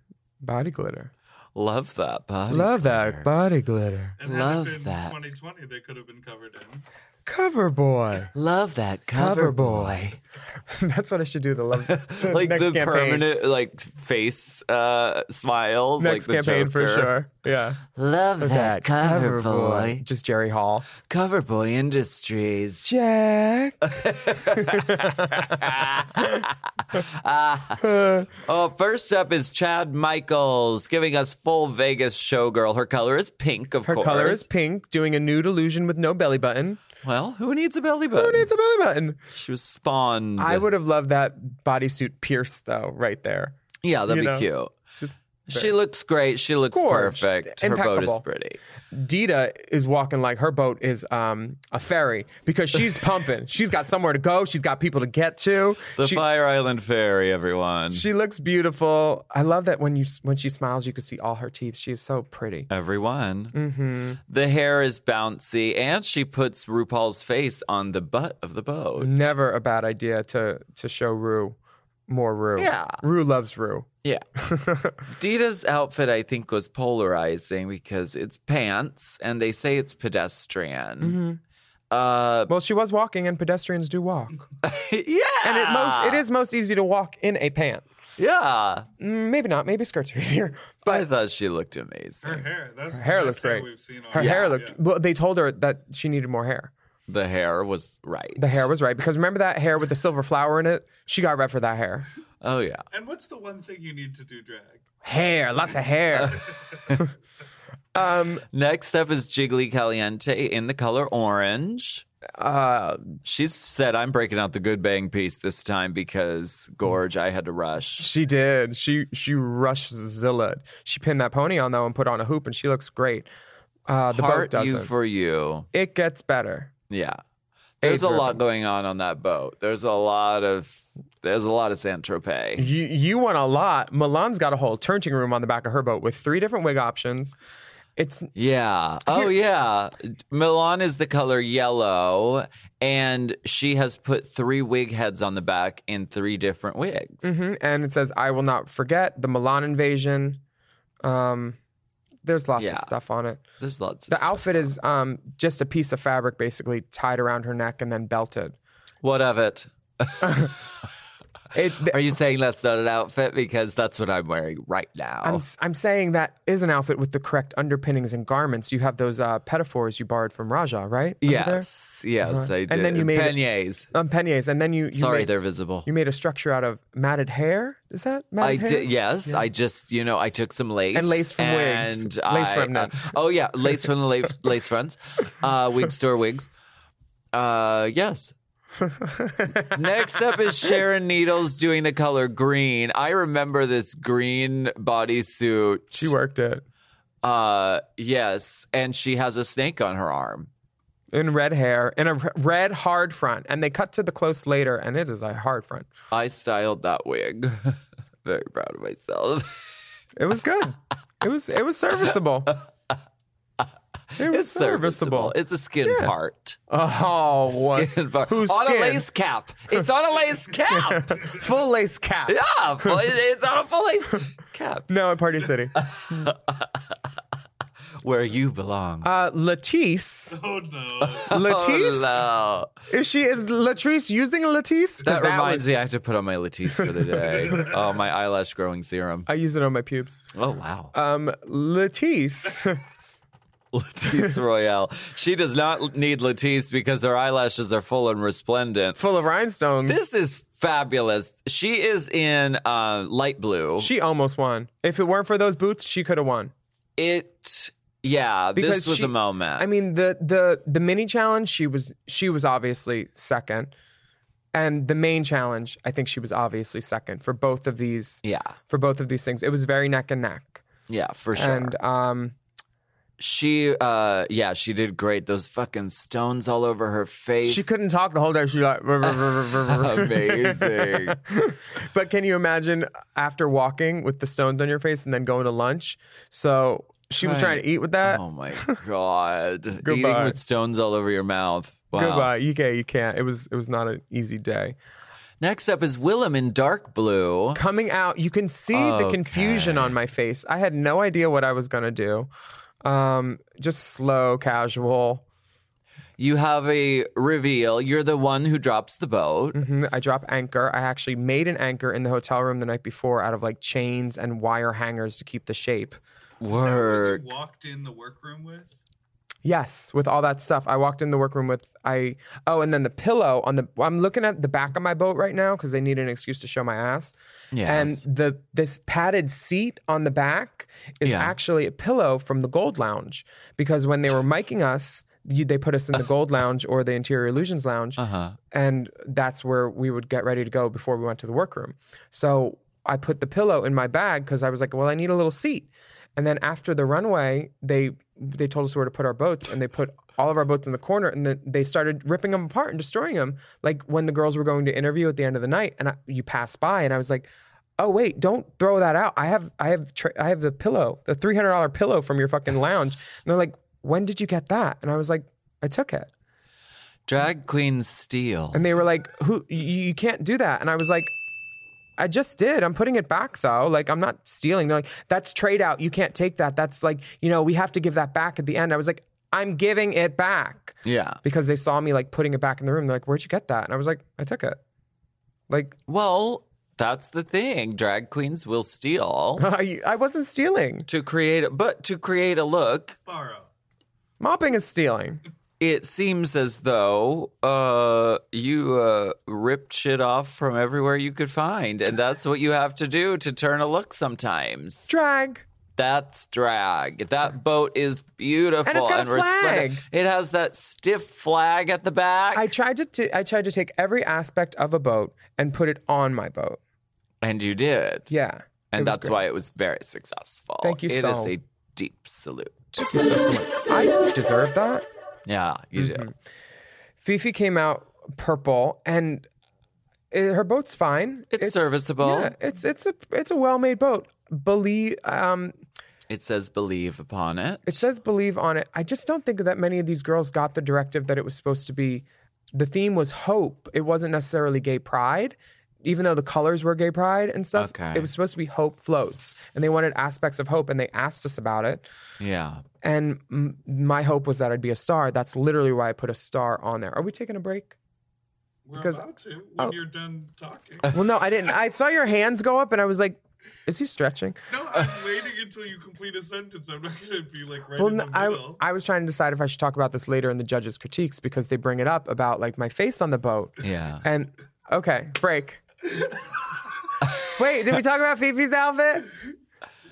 [SPEAKER 4] Body glitter.
[SPEAKER 11] love that, bud.
[SPEAKER 4] Love that body glitter.
[SPEAKER 6] And
[SPEAKER 11] Love
[SPEAKER 6] had it been
[SPEAKER 11] that.
[SPEAKER 6] 2020, they could have been covered in.
[SPEAKER 4] Cover boy.
[SPEAKER 11] Love that
[SPEAKER 6] cover
[SPEAKER 11] boy.
[SPEAKER 4] That's what I should do. The love,
[SPEAKER 11] like
[SPEAKER 4] next
[SPEAKER 11] the
[SPEAKER 4] campaign.
[SPEAKER 11] permanent like face uh smiles
[SPEAKER 4] next
[SPEAKER 11] like the
[SPEAKER 4] campaign for
[SPEAKER 11] Joker.
[SPEAKER 4] sure. Yeah.
[SPEAKER 11] Love that, cover, boy.
[SPEAKER 4] Just Jerry Hall.
[SPEAKER 11] Cover boy industries.
[SPEAKER 4] Jack.
[SPEAKER 11] oh, first up is Chad Michaels giving us full Vegas showgirl. Her color is pink, of
[SPEAKER 4] Her
[SPEAKER 11] course.
[SPEAKER 4] color is pink, doing a nude illusion with no belly button.
[SPEAKER 11] Well, who needs a belly button?
[SPEAKER 4] Who needs a belly button?
[SPEAKER 11] She was spawned.
[SPEAKER 4] I would have loved that bodysuit pierced though, right there.
[SPEAKER 11] Yeah, that'd
[SPEAKER 4] You
[SPEAKER 11] be
[SPEAKER 4] know?
[SPEAKER 11] cute. She looks great. She looks
[SPEAKER 4] Gorge.
[SPEAKER 11] perfect. Her boat is
[SPEAKER 4] Impeccable.
[SPEAKER 11] pretty.
[SPEAKER 4] Dita is walking like her boat is um, a ferry because she's pumping. She's got somewhere to go. She's got people to get to.
[SPEAKER 11] The
[SPEAKER 4] She-
[SPEAKER 11] Fire Island Ferry, everyone.
[SPEAKER 4] She looks beautiful. I love that when you when she smiles, you can see all her teeth. She is so pretty.
[SPEAKER 11] everyone.
[SPEAKER 4] Mm-hmm.
[SPEAKER 11] The hair is bouncy, and she puts RuPaul's face on the butt of the boat.
[SPEAKER 4] Never a bad idea to to show Rue more Rue.
[SPEAKER 11] Yeah.
[SPEAKER 4] Rue loves Rue.
[SPEAKER 11] Yeah. Dita's outfit, I think, was polarizing because it's pants, and they say it's pedestrian.
[SPEAKER 4] Mm-hmm.
[SPEAKER 11] Uh,
[SPEAKER 4] well, she was walking, and pedestrians do walk.
[SPEAKER 11] yeah,
[SPEAKER 4] and it most
[SPEAKER 11] Ah.
[SPEAKER 4] it is most easy to walk in a pant.
[SPEAKER 11] Yeah,
[SPEAKER 4] Mm, Maybe not. Maybe skirts are easier.
[SPEAKER 11] but I thought she looked amazing.
[SPEAKER 6] Her hair. That's
[SPEAKER 4] Her hair
[SPEAKER 6] the
[SPEAKER 4] looked
[SPEAKER 6] best hair
[SPEAKER 4] great.
[SPEAKER 6] we've seen on
[SPEAKER 4] Her
[SPEAKER 6] yeah.
[SPEAKER 4] hair looked. Well, they told her that she needed more hair.
[SPEAKER 11] The hair was right.
[SPEAKER 4] The hair was right because remember that hair with the silver flower in it. She got red for that hair.
[SPEAKER 11] Oh yeah.
[SPEAKER 6] And what's the one thing you need to do drag?
[SPEAKER 4] Hair, lots of hair. Um,
[SPEAKER 11] Next up is Jiggly Caliente in the color orange.
[SPEAKER 4] Uh,
[SPEAKER 11] she said, "I'm breaking out the good bang piece this time because Gorge, I had to rush."
[SPEAKER 4] She did. She she rushed Zilla. She pinned that pony on though and put on a hoop, and she looks great. Uh, the
[SPEAKER 11] Heart
[SPEAKER 4] boat
[SPEAKER 11] you
[SPEAKER 4] doesn't.
[SPEAKER 11] for you.
[SPEAKER 4] it gets better.
[SPEAKER 11] Yeah, there's
[SPEAKER 4] Age
[SPEAKER 11] a lot
[SPEAKER 4] ribbon.
[SPEAKER 11] going on on that boat. There's a lot of there's a lot of Saint Tropez.
[SPEAKER 4] You you want a lot. Milan's got a whole turnting room on the back of her boat with three different wig options. It's
[SPEAKER 11] Yeah. Oh, yeah. Milan is the color yellow, and she has put three wig heads on the back in three different wigs.
[SPEAKER 4] mhm, and it says I will not forget the Milan invasion. Um, there's lots
[SPEAKER 11] Yeah.
[SPEAKER 4] of stuff on it.
[SPEAKER 11] There's lots.
[SPEAKER 4] The
[SPEAKER 11] of stuff.
[SPEAKER 4] outfit is um, just a piece of fabric basically tied around her neck and then belted.
[SPEAKER 11] What of it?
[SPEAKER 4] It,
[SPEAKER 11] Are you saying that's not an outfit? Because that's what I'm wearing right now.
[SPEAKER 4] I'm, s- I'm saying that is an outfit with the correct underpinnings and garments. You have those uh, pedophores you borrowed from Raja, right? Under there?
[SPEAKER 11] yes, yes,
[SPEAKER 4] Uh-huh.
[SPEAKER 11] I
[SPEAKER 4] And
[SPEAKER 11] did.
[SPEAKER 4] then you made it-
[SPEAKER 11] Panniers.
[SPEAKER 4] Um, peignets. And then you, you
[SPEAKER 11] Sorry,
[SPEAKER 4] made,
[SPEAKER 11] they're visible.
[SPEAKER 4] you made a structure out of matted hair. Is that
[SPEAKER 11] I
[SPEAKER 4] matted hair?
[SPEAKER 11] did. Yes, I just you know I took some lace
[SPEAKER 4] And lace from wigs.
[SPEAKER 11] and
[SPEAKER 4] Lace
[SPEAKER 11] I,
[SPEAKER 4] from
[SPEAKER 11] uh,
[SPEAKER 4] them.
[SPEAKER 11] oh yeah, lace from the lace, lace fronts, uh, wig store wigs. Uh, yes. Next up is Sharon Needles doing the color green. I remember this green bodysuit.
[SPEAKER 4] She worked it
[SPEAKER 11] Uh, yes, and she has a snake on her arm.
[SPEAKER 4] in red hair, in a r- red hard front. And they cut to the close later, and it is a hard front.
[SPEAKER 11] I styled that wig. Very proud of myself.
[SPEAKER 4] It was good. it was it was serviceable. It was
[SPEAKER 11] It's serviceable. It's a skin part.
[SPEAKER 4] Oh, what?
[SPEAKER 11] Skin part.
[SPEAKER 4] Whose
[SPEAKER 11] on
[SPEAKER 4] skin?
[SPEAKER 11] a lace cap. It's on a lace cap.
[SPEAKER 4] Full lace cap.
[SPEAKER 11] yeah, full- it- it's on a full lace cap.
[SPEAKER 4] No, at Party City.
[SPEAKER 11] Where you belong.
[SPEAKER 4] Uh, Latisse.
[SPEAKER 6] Oh no.
[SPEAKER 4] Latisse.
[SPEAKER 11] Hello.
[SPEAKER 4] Is she is Latrice using a Latisse? 'Cause
[SPEAKER 11] Oh, That, reminds
[SPEAKER 4] would-
[SPEAKER 11] me, I have to put on my Latisse for the day. oh, my eyelash growing serum.
[SPEAKER 4] I use it on my pubes.
[SPEAKER 11] Oh, wow.
[SPEAKER 4] Um, Latisse.
[SPEAKER 11] Latisse Royale. She does not need Latisse because her eyelashes are full and resplendent.
[SPEAKER 4] full of rhinestones.
[SPEAKER 11] This is fabulous. She is in uh, light blue.
[SPEAKER 4] she almost won. If it weren't for those boots, she could have won.
[SPEAKER 11] it, yeah, this was
[SPEAKER 4] she-
[SPEAKER 11] a moment.
[SPEAKER 4] I mean, the the the mini challenge, she was she was obviously second, and the main challenge, I think she was obviously second for both of these.
[SPEAKER 11] yeah,
[SPEAKER 4] For both of these things, it was very neck and neck.
[SPEAKER 11] yeah, for sure.
[SPEAKER 4] And um,
[SPEAKER 11] she, uh, yeah, she did great. Those fucking stones all over her face.
[SPEAKER 4] she couldn't talk the whole day. She like
[SPEAKER 11] Amazing.
[SPEAKER 4] But can you imagine after walking with the stones on your face and then going to lunch? So she was trying to eat with that.
[SPEAKER 11] oh my god! Eating
[SPEAKER 4] Goodbye.
[SPEAKER 11] with stones all over your mouth. Wow.
[SPEAKER 4] Goodbye. You can't. You can't. It was. It was not an easy day.
[SPEAKER 11] Next up is Willem in dark blue.
[SPEAKER 4] Coming out, you can see the confusion on my face. I had no idea what I was gonna do. Um, just slow, casual.
[SPEAKER 11] You have a reveal. You're the one who drops the boat.
[SPEAKER 4] Mhm. I drop anchor. I actually made an anchor in the hotel room the night before out of like chains and wire hangers to keep the shape.
[SPEAKER 11] Work.
[SPEAKER 6] You walked in the workroom with?
[SPEAKER 4] Yes, with all that stuff. I walked in the workroom with I oh, and then the pillow on the I'm looking at the back of my boat right now because they need an excuse to show my ass.
[SPEAKER 11] Yes.
[SPEAKER 4] And the this padded seat on the back is
[SPEAKER 11] Yeah.
[SPEAKER 4] actually a pillow from the Gold Lounge because when they were miking us, you, they put us in the Gold Lounge or the Interior Illusions Lounge, and that's where we would get ready to go before we went to the workroom. So I put the pillow in my bag because I was like, well, I need a little seat. And then after the runway, they they told us where to put our boats, and they put all of our boats in the corner, and then they started ripping them apart and destroying them. Like when the girls were going to interview at the end of the night, and I, you passed by, and I was like, "Oh wait, don't throw that out. I have I have tra- I have the pillow, the three hundred dollar pillow from your fucking lounge." And they're like, "When did you get that?" And I was like, "I took it."
[SPEAKER 11] Drag queen steel.
[SPEAKER 4] And they were like, "Who? You, you can't do that." And I was like, "I just did. I'm putting it back, though. Like, I'm not stealing." They're like, "That's trade out. You can't take that. That's like, you know, we have to give that back at the end." I was like, "I'm giving it back."
[SPEAKER 11] yeah.
[SPEAKER 4] Because they saw me like putting it back in the room. They're like, "Where'd you get that?" And I was like, "I took it." Like,
[SPEAKER 11] Well, that's the thing. Drag queens will steal
[SPEAKER 4] I, I wasn't stealing.
[SPEAKER 11] to create, but to create a look,
[SPEAKER 6] Borrow.
[SPEAKER 4] Mopping is stealing.
[SPEAKER 11] it seems as though uh, you uh, ripped shit off from everywhere you could find, and that's what you have to do to turn a look sometimes.
[SPEAKER 4] Drag.
[SPEAKER 11] That's drag. That boat is beautiful
[SPEAKER 4] And it's got a
[SPEAKER 11] resplendent.
[SPEAKER 4] flag.
[SPEAKER 11] It has that stiff flag at the back.
[SPEAKER 4] I tried to t- I tried to take every aspect of a boat and put it on my boat.
[SPEAKER 11] And you did.
[SPEAKER 4] Yeah.
[SPEAKER 11] And
[SPEAKER 4] it was
[SPEAKER 11] that's
[SPEAKER 4] great.
[SPEAKER 11] why it was very successful.
[SPEAKER 4] Thank you
[SPEAKER 11] It is
[SPEAKER 4] so-
[SPEAKER 11] a deep salute.
[SPEAKER 4] I deserve that.
[SPEAKER 11] Yeah, you
[SPEAKER 4] Mm-hmm.
[SPEAKER 11] do.
[SPEAKER 4] Fifi came out purple and it, her boat's fine.
[SPEAKER 11] It's serviceable.
[SPEAKER 4] Yeah, it's it's a it's a well-made boat. Believe um
[SPEAKER 11] It says believe upon it.
[SPEAKER 4] it says believe on it. I just don't think that many of these girls got the directive that it was supposed to be. The theme was hope. It wasn't necessarily gay pride, even though the colors were gay pride and stuff.
[SPEAKER 11] Okay.
[SPEAKER 4] It was supposed to be hope floats, and they wanted aspects of hope, and they asked us about it.
[SPEAKER 11] Yeah.
[SPEAKER 4] And m- my hope was that I'd be a star. That's literally why I put a star on there. Are we taking a break?
[SPEAKER 6] We're
[SPEAKER 4] Because-
[SPEAKER 6] about to when
[SPEAKER 4] oh.
[SPEAKER 6] you're done talking.
[SPEAKER 4] Well, no, I didn't. I saw your hands go up, and I was like, "Is he stretching?"
[SPEAKER 6] No, I'm waiting until you complete a sentence. I'm not gonna be like right
[SPEAKER 4] well,
[SPEAKER 6] in
[SPEAKER 4] no,
[SPEAKER 6] the
[SPEAKER 4] I,
[SPEAKER 6] middle.
[SPEAKER 4] I was trying to decide if I should talk about this later in the judges' critiques because they bring it up about like my face on the boat.
[SPEAKER 11] Yeah.
[SPEAKER 4] And okay, break. Wait, did we talk about Fifi's outfit?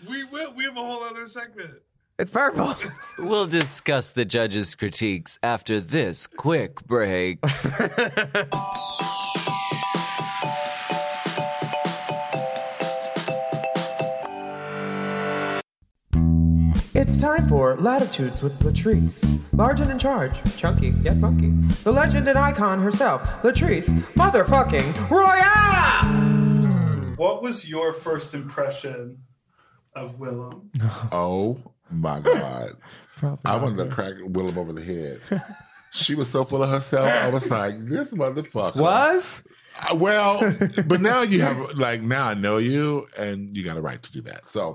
[SPEAKER 6] we will. We have a whole other segment.
[SPEAKER 4] It's purple.
[SPEAKER 11] We'll discuss the judges' critiques after this quick break.
[SPEAKER 4] It's time for Latitudes with Latrice. Large and in charge, chunky yet funky. The legend and icon herself, Latrice, motherfucking Royale!
[SPEAKER 6] What was your first impression of Willem?
[SPEAKER 1] Oh my God. I wanted to crack Willem over the head. She was so full of herself. I was like, this motherfucker.
[SPEAKER 4] Was?
[SPEAKER 1] well, but now you have, like, now I know you and you got a right to do that. So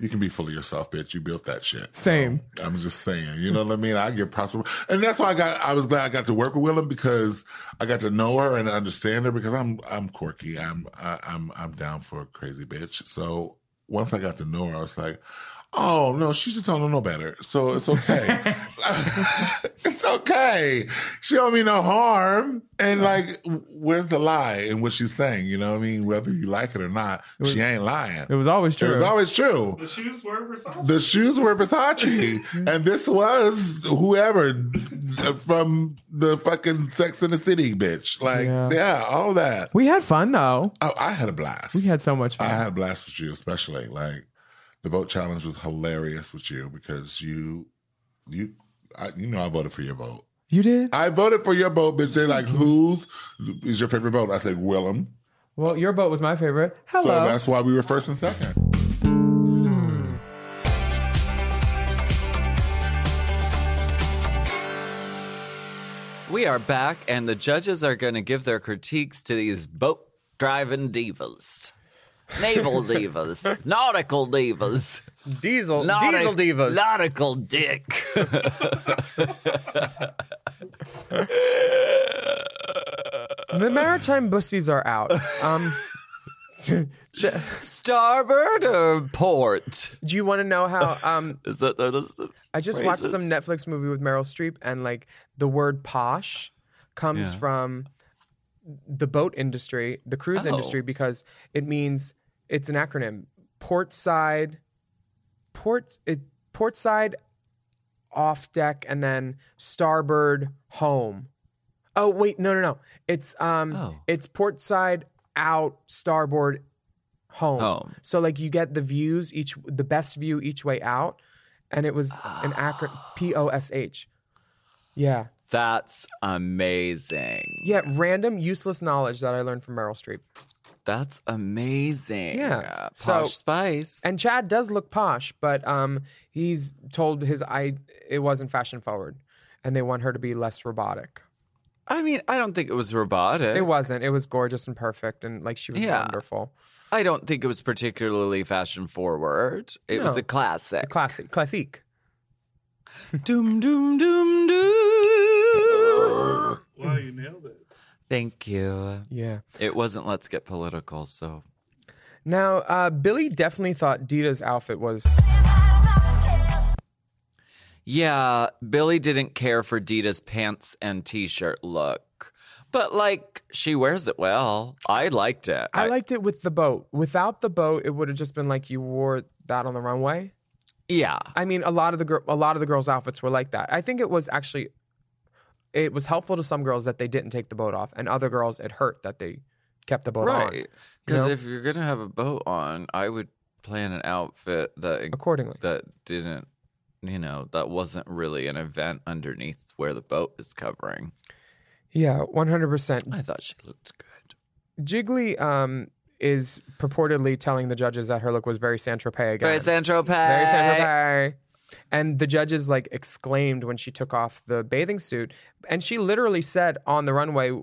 [SPEAKER 1] you can be full of yourself, bitch. You built that shit.
[SPEAKER 4] Same.
[SPEAKER 1] I'm just saying, you know what I mean? I get props. And that's why I got, I was glad I got to work with Willem because I got to know her and understand her because I'm, I'm quirky. I'm, I, I'm, I'm down for a crazy bitch. So once I got to know her, I was like, oh no, she just don't know better. So it's okay. it's okay. She don't mean no harm. And like, where's the lie in what she's saying? You know what I mean? Whether you like it or not, she ain't lying.
[SPEAKER 4] It was always
[SPEAKER 1] It was always true.
[SPEAKER 6] The shoes were Versace.
[SPEAKER 1] The shoes were Versace, and this was whoever from the fucking Sex in the City, bitch. Like,
[SPEAKER 4] Yeah.
[SPEAKER 1] yeah, all that.
[SPEAKER 4] We had fun though.
[SPEAKER 1] I, I had a blast.
[SPEAKER 4] We had so much
[SPEAKER 1] I
[SPEAKER 4] fun.
[SPEAKER 1] had a blast with you, especially like the vote challenge was hilarious with you because you, you, I, you know, I voted for your vote.
[SPEAKER 4] you did?
[SPEAKER 1] I voted for your vote, bitch. They're like, whose is your favorite vote? I said Willem.
[SPEAKER 4] Well, your boat was my favorite. Hello.
[SPEAKER 1] So that's why we were first and second.
[SPEAKER 11] We are back, and the judges are going to give their critiques to these boat driving divas, naval divas, nautical divas,
[SPEAKER 4] Diesel,
[SPEAKER 11] nautic-
[SPEAKER 4] Diesel divas.
[SPEAKER 11] nautical dick.
[SPEAKER 4] The maritime bussies are out. Um,
[SPEAKER 11] Starboard or port?
[SPEAKER 4] do you want to know how? Um,
[SPEAKER 11] Is that those?
[SPEAKER 4] I just watched some Netflix movie with Meryl Streep, and like the word posh comes
[SPEAKER 11] Yeah.
[SPEAKER 4] from the boat industry, the
[SPEAKER 11] Oh.
[SPEAKER 4] cruise industry, because it means it's an acronym: port side, port it port side, off deck, and then starboard home. Oh wait, no, no, no. It's um,
[SPEAKER 11] Oh.
[SPEAKER 4] it's port side out, starboard home.
[SPEAKER 11] Home.
[SPEAKER 4] So like you get the views each, the best view each way out, and it was an acronym P O S H. Yeah,
[SPEAKER 11] That's amazing.
[SPEAKER 4] yeah. Random useless knowledge that I learned from Meryl Streep.
[SPEAKER 11] That's amazing.
[SPEAKER 4] Yeah.
[SPEAKER 11] Posh
[SPEAKER 4] So-
[SPEAKER 11] Spice.
[SPEAKER 4] And Chad does look posh, but um, he's told his I it wasn't fashion forward, and they want her to be less robotic.
[SPEAKER 11] I mean, I don't think it was robotic.
[SPEAKER 4] It wasn't. It was gorgeous and perfect, and like she was
[SPEAKER 11] Eh. Yeah.
[SPEAKER 4] wonderful,
[SPEAKER 11] I don't think it was particularly fashion forward. It was
[SPEAKER 4] No.
[SPEAKER 11] a classic.
[SPEAKER 4] classic, classique.
[SPEAKER 11] doom, doom, doom, doom.
[SPEAKER 6] Wow, you nailed it.
[SPEAKER 11] Thank you.
[SPEAKER 4] Yeah.
[SPEAKER 11] It wasn't Let's Get Political, so.
[SPEAKER 4] Now, uh, Billy definitely thought Dita's outfit was.
[SPEAKER 11] Yeah, Billy didn't care for Dita's pants and t shirt look. But, like, she wears it well. I liked it.
[SPEAKER 4] I liked it with the boat. Without the boat, it would have just been like you wore that on the runway.
[SPEAKER 11] Yeah.
[SPEAKER 4] I mean, a lot of the gir- a lot of the girls' outfits were like that. I think it was actually it was helpful to some girls that they didn't take the boat off, and other girls it hurt that they kept the boat on.
[SPEAKER 11] right.
[SPEAKER 4] You
[SPEAKER 11] Because
[SPEAKER 4] know?
[SPEAKER 11] if you're gonna have a boat on, I would plan an outfit that e-,
[SPEAKER 4] accordingly
[SPEAKER 11] that didn't, you know, that wasn't really an event underneath where the boat is covering.
[SPEAKER 4] yeah, one hundred percent.
[SPEAKER 11] I thought she looked good.
[SPEAKER 4] Jiggly um, is purportedly telling the judges that her look was very Saint Tropez again.
[SPEAKER 3] Very Saint-Tropez.
[SPEAKER 4] Very Saint Tropez. And the judges like exclaimed when she took off the bathing suit, and she literally said on the runway, uh,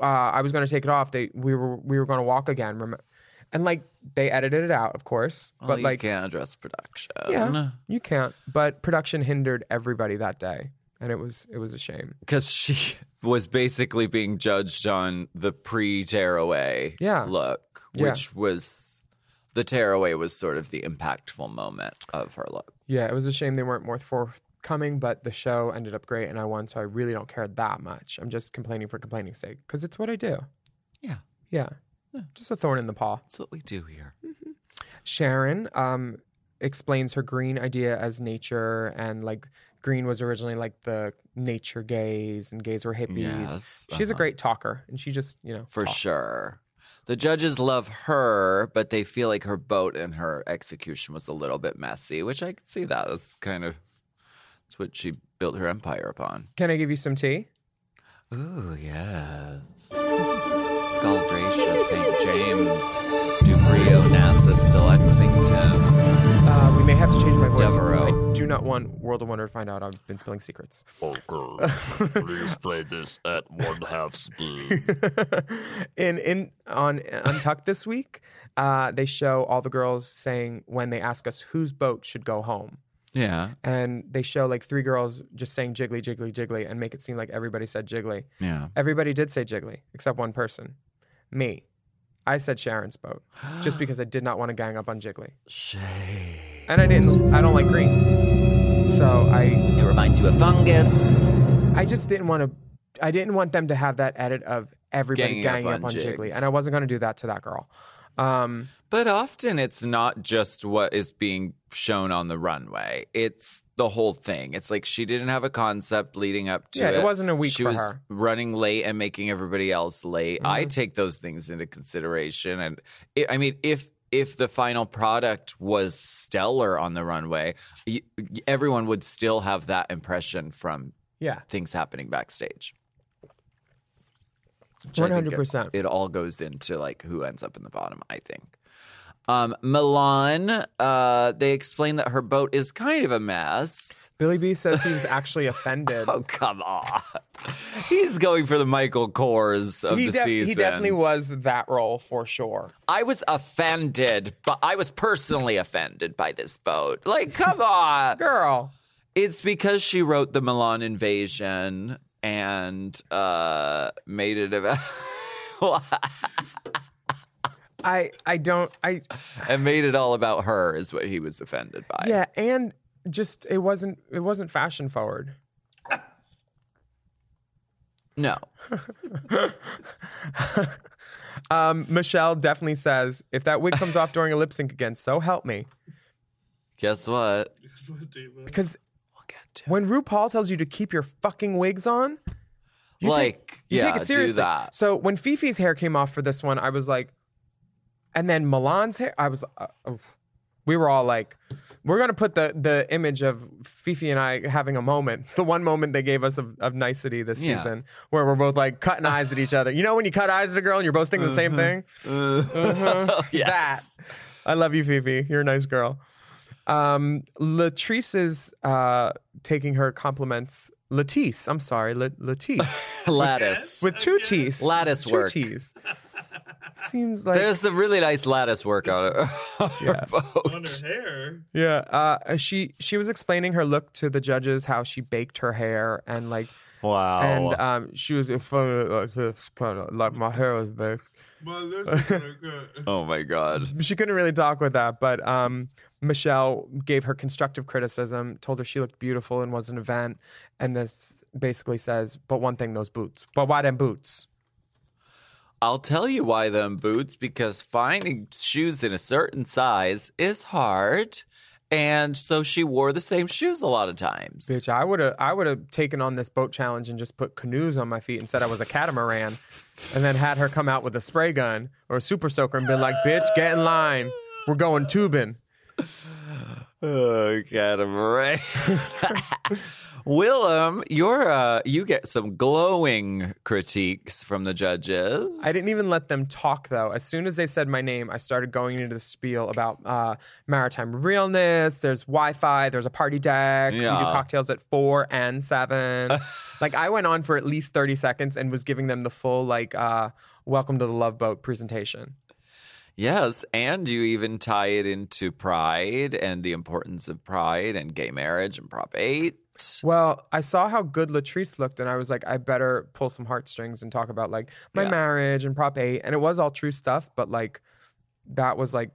[SPEAKER 4] "I was going to take it off. They we were we were going to walk again." Rem- And like they edited it out, of course,
[SPEAKER 11] Well,
[SPEAKER 4] but
[SPEAKER 11] Oh, you
[SPEAKER 4] like
[SPEAKER 11] can't address production.
[SPEAKER 4] yeah, you can't. But production hindered everybody that day, and it was it was a shame.
[SPEAKER 11] because she was basically being judged on the pre tearaway
[SPEAKER 4] Yeah.
[SPEAKER 11] look,
[SPEAKER 4] Yeah.
[SPEAKER 11] which was the tearaway was sort of the impactful moment of her look.
[SPEAKER 4] Yeah, it was a shame they weren't more forthcoming, but the show ended up great and I won, so I really don't care that much. I'm just complaining for complaining's sake because it's what I do.
[SPEAKER 11] Yeah.
[SPEAKER 4] Yeah. Just a thorn in the paw.
[SPEAKER 11] That's what we do here.
[SPEAKER 4] Sharon um, explains her green idea as nature and like green was originally like the nature gays and gays were hippies.
[SPEAKER 11] Yes,
[SPEAKER 4] She's a
[SPEAKER 11] uh-huh.
[SPEAKER 4] great talker and she just, you know,
[SPEAKER 11] For sure. The judges love her, but they feel like her boat and her execution was a little bit messy, which I can see that. That's kind of that's what she built her empire upon.
[SPEAKER 4] can I give you some tea?
[SPEAKER 11] Ooh, yes. Scaldracia, St. James, Dupree, Onassis, to Lexington.
[SPEAKER 4] Uh, we may have to change my voice.
[SPEAKER 11] Devereaux.
[SPEAKER 4] I do not want World of Wonder to find out I've been spilling secrets.
[SPEAKER 12] Okay, please play this at one half speed.
[SPEAKER 4] in in on Untucked this week, uh, they show all the girls saying when they ask us whose boat should go home,
[SPEAKER 11] Yeah.
[SPEAKER 4] and they show like three girls just saying jiggly, jiggly, jiggly, and make it seem like everybody said jiggly.
[SPEAKER 11] Yeah.
[SPEAKER 4] Everybody did say jiggly except one person, me. I said Sharon's boat just because I did not want to gang up on Jiggly. And I didn't. I don't like green, so I.
[SPEAKER 3] It reminds you of fungus.
[SPEAKER 4] I just didn't want to. I didn't want them to have that edit of everybody
[SPEAKER 11] Ganging
[SPEAKER 4] ganging,
[SPEAKER 11] up
[SPEAKER 4] up,
[SPEAKER 11] on
[SPEAKER 4] on Jiggly,
[SPEAKER 11] Jigs.
[SPEAKER 4] and I wasn't going to do that to that girl. Um,
[SPEAKER 11] But often it's not just what is being shown on the runway. It's the whole thing. It's like she didn't have a concept leading up to
[SPEAKER 4] Yeah,
[SPEAKER 11] it.
[SPEAKER 4] it wasn't a week
[SPEAKER 11] She
[SPEAKER 4] for
[SPEAKER 11] was
[SPEAKER 4] her. Mm-hmm.
[SPEAKER 11] running late and making everybody else late. I take those things into consideration, and i I mean, if if the final product was stellar on the runway, y y- everyone would still have that impression from
[SPEAKER 4] Yeah.
[SPEAKER 11] things happening backstage. Which I think it-
[SPEAKER 4] 100%.
[SPEAKER 11] It all goes into like who ends up in the bottom, I think. Um, Milan, uh, they explain that her boat is kind of a mess.
[SPEAKER 4] Billy B says he's actually offended.
[SPEAKER 11] oh, come on. He's going for the Michael Kors of
[SPEAKER 4] he,
[SPEAKER 11] the
[SPEAKER 4] def-
[SPEAKER 11] season.
[SPEAKER 4] he definitely was that role for sure.
[SPEAKER 11] I was offended, but I was personally offended by this boat. Like, come on,
[SPEAKER 4] girl.
[SPEAKER 11] It's because she wrote the Milan invasion and uh, made it about
[SPEAKER 4] I I don't I
[SPEAKER 11] and made it all about her is what he was offended by.
[SPEAKER 4] yeah, and just it wasn't it wasn't fashion forward.
[SPEAKER 11] No.
[SPEAKER 4] um, Michelle definitely says if that wig comes off during a lip sync again, so help me.
[SPEAKER 11] Guess what?
[SPEAKER 4] Because when RuPaul tells you to keep your fucking wigs on, you
[SPEAKER 11] Like,
[SPEAKER 4] take, you
[SPEAKER 11] yeah,
[SPEAKER 4] take
[SPEAKER 11] do
[SPEAKER 4] it seriously.
[SPEAKER 11] that.
[SPEAKER 4] So when Fifi's hair came off for this one, I was like, and then Milan's hair, I was, uh, oof. we were all like, we're gonna put the the image of Fifi and I having a moment, the one moment they gave us of, of nicety this
[SPEAKER 11] Yeah.
[SPEAKER 4] season, where we're both like cutting eyes at each other. You know when you cut eyes at a girl and you're both thinking the same thing? Uh-huh.
[SPEAKER 11] Mm-hmm. Oh, Yes.
[SPEAKER 4] That. I love you, Fifi. You're a nice girl. Um, Latrice is uh, taking her compliments. Latice, I'm sorry, La- Latice.
[SPEAKER 11] Lattice.
[SPEAKER 4] With two T's.
[SPEAKER 11] Lattice
[SPEAKER 4] two
[SPEAKER 11] work.
[SPEAKER 4] T's. Seems like.
[SPEAKER 11] There's the really nice lattice work on her, on her boat.
[SPEAKER 6] On her hair.
[SPEAKER 4] Yeah, uh, she she was explaining her look to the judges, how she baked her hair, and like,
[SPEAKER 11] wow,
[SPEAKER 4] and um, she was in front of it like this, kind of like my hair was baked.
[SPEAKER 6] Uh,
[SPEAKER 11] oh my god.
[SPEAKER 4] she couldn't really talk with that, but um, Michelle gave her constructive criticism, told her she looked beautiful and was an event, and this basically says, but one thing, those boots. But why them boots?
[SPEAKER 11] I'll tell you why them boots because finding shoes in a certain size is hard. And so she wore the same shoes a lot of times.
[SPEAKER 4] Bitch, I would have I would have taken on this boat challenge and just put canoes on my feet and said I was a catamaran, and then had her come out with a spray gun or a super soaker and been like, "Bitch, get in line. We're going tubing."
[SPEAKER 11] Oh, catamaran. Willem, you're uh, you get some glowing critiques from the judges.
[SPEAKER 4] I didn't even let them talk though. As soon as they said my name, I started going into the spiel about uh, maritime realness. There's Wi-Fi. There's a party deck. We do
[SPEAKER 11] Yeah.
[SPEAKER 4] cocktails at four and seven. like I went on for at least thirty seconds and was giving them the full like uh, welcome to the love boat presentation.
[SPEAKER 11] Yes, and you even tie it into pride and the importance of pride and gay marriage and Prop 8.
[SPEAKER 4] Well, I saw how good Latrice looked, and I was like, I better pull some heartstrings and talk about like my marriage and Prop Eight, and it was all true stuff, but like that was like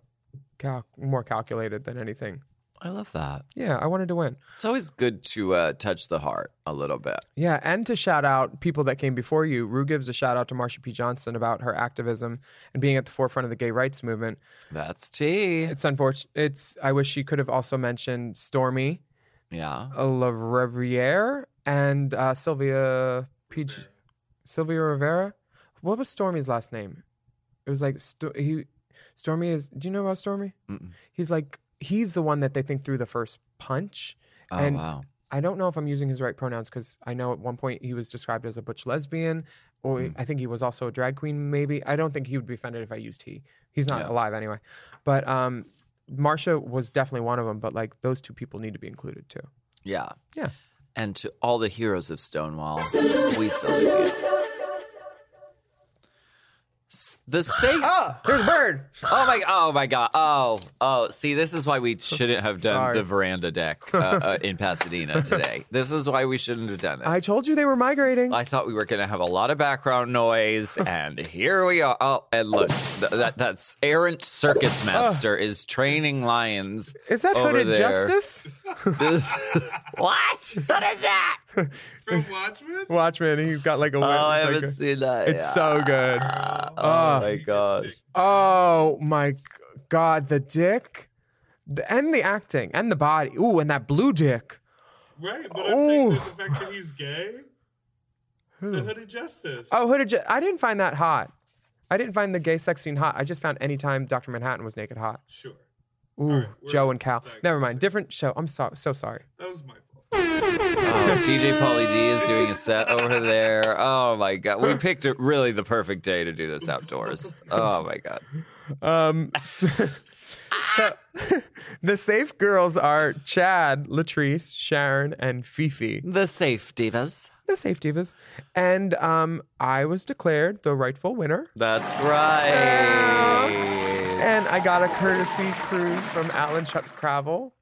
[SPEAKER 4] cal- more calculated than anything.
[SPEAKER 11] I love that.
[SPEAKER 4] Yeah, I wanted to win.
[SPEAKER 11] It's always good to uh, touch the heart a little bit.
[SPEAKER 4] Yeah, and to shout out people that came before you. Rue gives a shout out to Marsha P. Johnson about her activism and being at the forefront of the gay rights movement.
[SPEAKER 11] That's tea.
[SPEAKER 4] It's unfortunate. It's I wish she could have also mentioned Stormy,
[SPEAKER 11] Yeah.
[SPEAKER 4] uh, La Riviere, and uh, Sylvia P. Sylvia Rivera. What was Stormy's last name? It was like Sto- he. Stormy is. Do you know about Stormy?
[SPEAKER 11] Mm-mm.
[SPEAKER 4] He's like he's the one that they think threw the first punch.
[SPEAKER 11] Oh,
[SPEAKER 4] and
[SPEAKER 11] wow.
[SPEAKER 4] I don't know if I'm using his right pronouns because I know at one point he was described as a butch lesbian, or
[SPEAKER 11] Hmm.
[SPEAKER 4] I think he was also a drag queen. Maybe I don't think he would be offended if I used he. He's not
[SPEAKER 11] Yeah.
[SPEAKER 4] alive anyway. But um, Marsha was definitely one of them. But like those two people need to be included too.
[SPEAKER 11] Yeah.
[SPEAKER 4] Yeah.
[SPEAKER 11] And to all the heroes of Stonewall, we salute you. S- The safe.
[SPEAKER 4] Oh, there's a bird.
[SPEAKER 11] Oh my. Oh my God. Oh. Oh. See, this is why we shouldn't have done
[SPEAKER 4] Sorry.
[SPEAKER 11] the veranda deck uh, uh, in Pasadena today. This is why we shouldn't have done it.
[SPEAKER 4] I told you they were migrating.
[SPEAKER 11] I thought we were going to have a lot of background noise, and here we are. Oh, and look, th- that that's errant circus master is training lions.
[SPEAKER 4] Uh. Is that
[SPEAKER 11] over
[SPEAKER 4] hooded
[SPEAKER 11] there.
[SPEAKER 4] justice?
[SPEAKER 11] This- what? What is that?
[SPEAKER 6] From Watchmen?
[SPEAKER 4] Watchmen. He's got like a.
[SPEAKER 11] Oh,
[SPEAKER 4] whip.
[SPEAKER 11] I
[SPEAKER 4] It's like
[SPEAKER 11] haven't
[SPEAKER 4] a-
[SPEAKER 11] seen that.
[SPEAKER 4] It's
[SPEAKER 11] Yeah.
[SPEAKER 4] so good.
[SPEAKER 11] Oh
[SPEAKER 4] Oh.
[SPEAKER 11] my gosh.
[SPEAKER 4] Oh my g- god, the dick, The- and the acting, and the body. Ooh, and that blue dick.
[SPEAKER 6] Right, but I'm saying
[SPEAKER 4] Ooh.
[SPEAKER 6] that the fact that he's gay, the hooded justice.
[SPEAKER 4] Oh, hooded. Ju- I didn't find that hot. I didn't find the gay sex scene hot. I just found anytime Dr. Manhattan was naked hot.
[SPEAKER 6] Sure.
[SPEAKER 4] Ooh, Joe and Cal. Never mind. Different show. I'm so so sorry.
[SPEAKER 6] That was my fault.
[SPEAKER 11] Oh, DJ Pauly D is doing a set over there. Oh my god, we picked it really the perfect day to do this outdoors. Oh my god.
[SPEAKER 4] Um, so, so the safe girls are Chad, Latrice, Sharon, and Fifi.
[SPEAKER 11] The safe divas.
[SPEAKER 4] The safe divas. And um, I was declared the rightful winner.
[SPEAKER 11] That's right.
[SPEAKER 4] And I got a courtesy cruise from Alan Chuck Travel,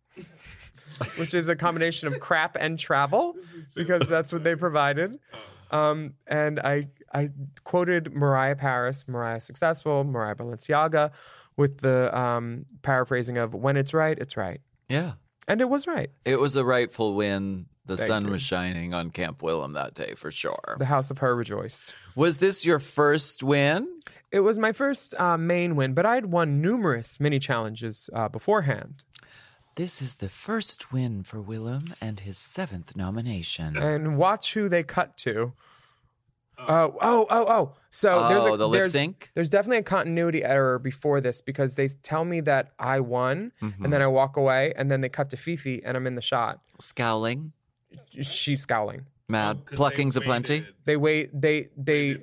[SPEAKER 4] which is a combination of crap and travel, because that's what they provided. Um, and I I quoted Mariah Paris, Mariah Successful, Mariah Balenciaga, with the um, paraphrasing of "When it's right, it's right,"
[SPEAKER 11] Yeah.
[SPEAKER 4] and it was right.
[SPEAKER 11] It was a rightful win. The
[SPEAKER 4] Thank
[SPEAKER 11] sun
[SPEAKER 4] you.
[SPEAKER 11] was shining on Camp Willem that day for sure.
[SPEAKER 4] The house of her rejoiced.
[SPEAKER 11] Was this your first win?
[SPEAKER 4] It was my first uh, main win, but I had won numerous mini challenges uh, beforehand.
[SPEAKER 11] This is the first win for Willem and his seventh nomination.
[SPEAKER 4] and watch who they cut to. Oh, oh, oh, oh. So there's
[SPEAKER 11] Oh,
[SPEAKER 4] a,
[SPEAKER 11] the lip
[SPEAKER 4] there's,
[SPEAKER 11] sync?
[SPEAKER 4] There's definitely a continuity error before this because they tell me that I won,
[SPEAKER 11] Mhm.
[SPEAKER 4] and then I walk away, and then they cut to Fifi, and I'm in the shot.
[SPEAKER 11] Scowling,
[SPEAKER 4] She's scowling.
[SPEAKER 11] mad, pluckings aplenty.
[SPEAKER 4] They wait. They they.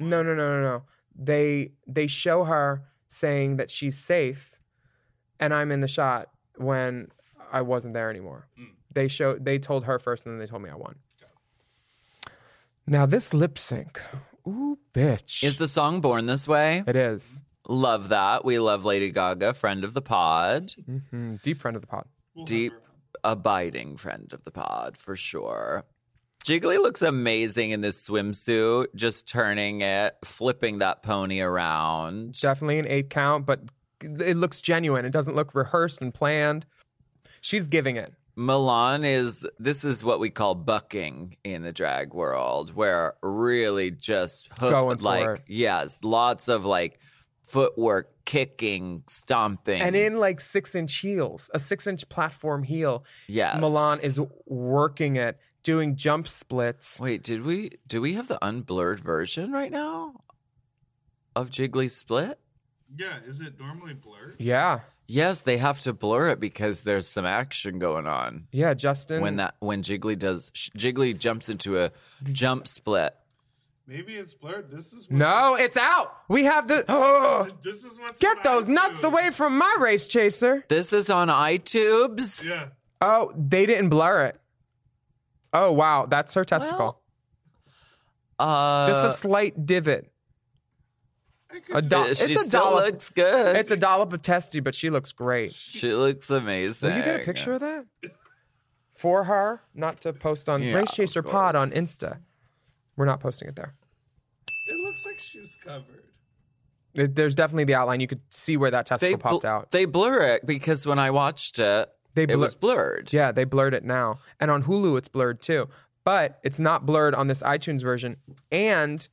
[SPEAKER 4] No, no, no, no, no. They they show her saying that she's safe, and I'm in the shot when I wasn't there anymore. They show. They told her first, and then they told me I won. Now this lip sync, ooh, bitch.
[SPEAKER 11] Is the song Born This Way?
[SPEAKER 4] It is.
[SPEAKER 11] Love that. We love Lady Gaga, friend of the pod.
[SPEAKER 4] hmm deep friend of the pod.
[SPEAKER 11] Deep, abiding friend of the pod for sure. Jiggly looks amazing in this swimsuit, just turning it, flipping that pony around.
[SPEAKER 4] Definitely an eight count, but it looks genuine. It doesn't look rehearsed and planned. She's giving it.
[SPEAKER 11] Milan is this is what we call bucking in the drag world, where really just hook,
[SPEAKER 4] Going for
[SPEAKER 11] like
[SPEAKER 4] it.
[SPEAKER 11] yes, lots of like footwork, kicking, stomping.
[SPEAKER 4] And in like six inch heels, a six inch platform heel.
[SPEAKER 11] Yes.
[SPEAKER 4] Milan is working it, doing jump splits.
[SPEAKER 11] Wait, did we do we have the unblurred version right now of Jiggly Split?
[SPEAKER 6] Yeah, is it normally blurred?
[SPEAKER 4] Yeah.
[SPEAKER 11] Yes, they have to blur it because there's some action going on.
[SPEAKER 4] Yeah, Justin.
[SPEAKER 11] When that when Jiggly does sh- Jiggly jumps into a jump split.
[SPEAKER 6] Maybe it's blurred. This is
[SPEAKER 4] No, it's out. We have the. Oh,
[SPEAKER 6] this is what's
[SPEAKER 4] get those nuts away from my race chaser.
[SPEAKER 11] This is on iTubes.
[SPEAKER 6] Yeah.
[SPEAKER 4] Oh, they didn't blur it. Oh wow, that's her testicle.
[SPEAKER 11] uh, Uh,
[SPEAKER 4] Just a slight divot. A doll-
[SPEAKER 11] She
[SPEAKER 4] it's a
[SPEAKER 11] still
[SPEAKER 4] dollop.
[SPEAKER 11] looks good.
[SPEAKER 4] It's a dollop of testy, but she looks great.
[SPEAKER 11] She looks amazing.
[SPEAKER 4] Will you get a picture of that for her? Not to post on
[SPEAKER 11] uh, Yeah,
[SPEAKER 4] Race Chaser
[SPEAKER 11] of
[SPEAKER 4] Pod on Insta. We're not posting it there.
[SPEAKER 6] It looks like she's covered.
[SPEAKER 4] It- There's definitely the outline. You could see where that testicle
[SPEAKER 11] bl-
[SPEAKER 4] popped out.
[SPEAKER 11] They blur it because when I watched it,
[SPEAKER 4] They
[SPEAKER 11] it was blurred.
[SPEAKER 4] Yeah, they blurred it now. And on Hulu, it's blurred too. But it's not blurred on this iTunes version. And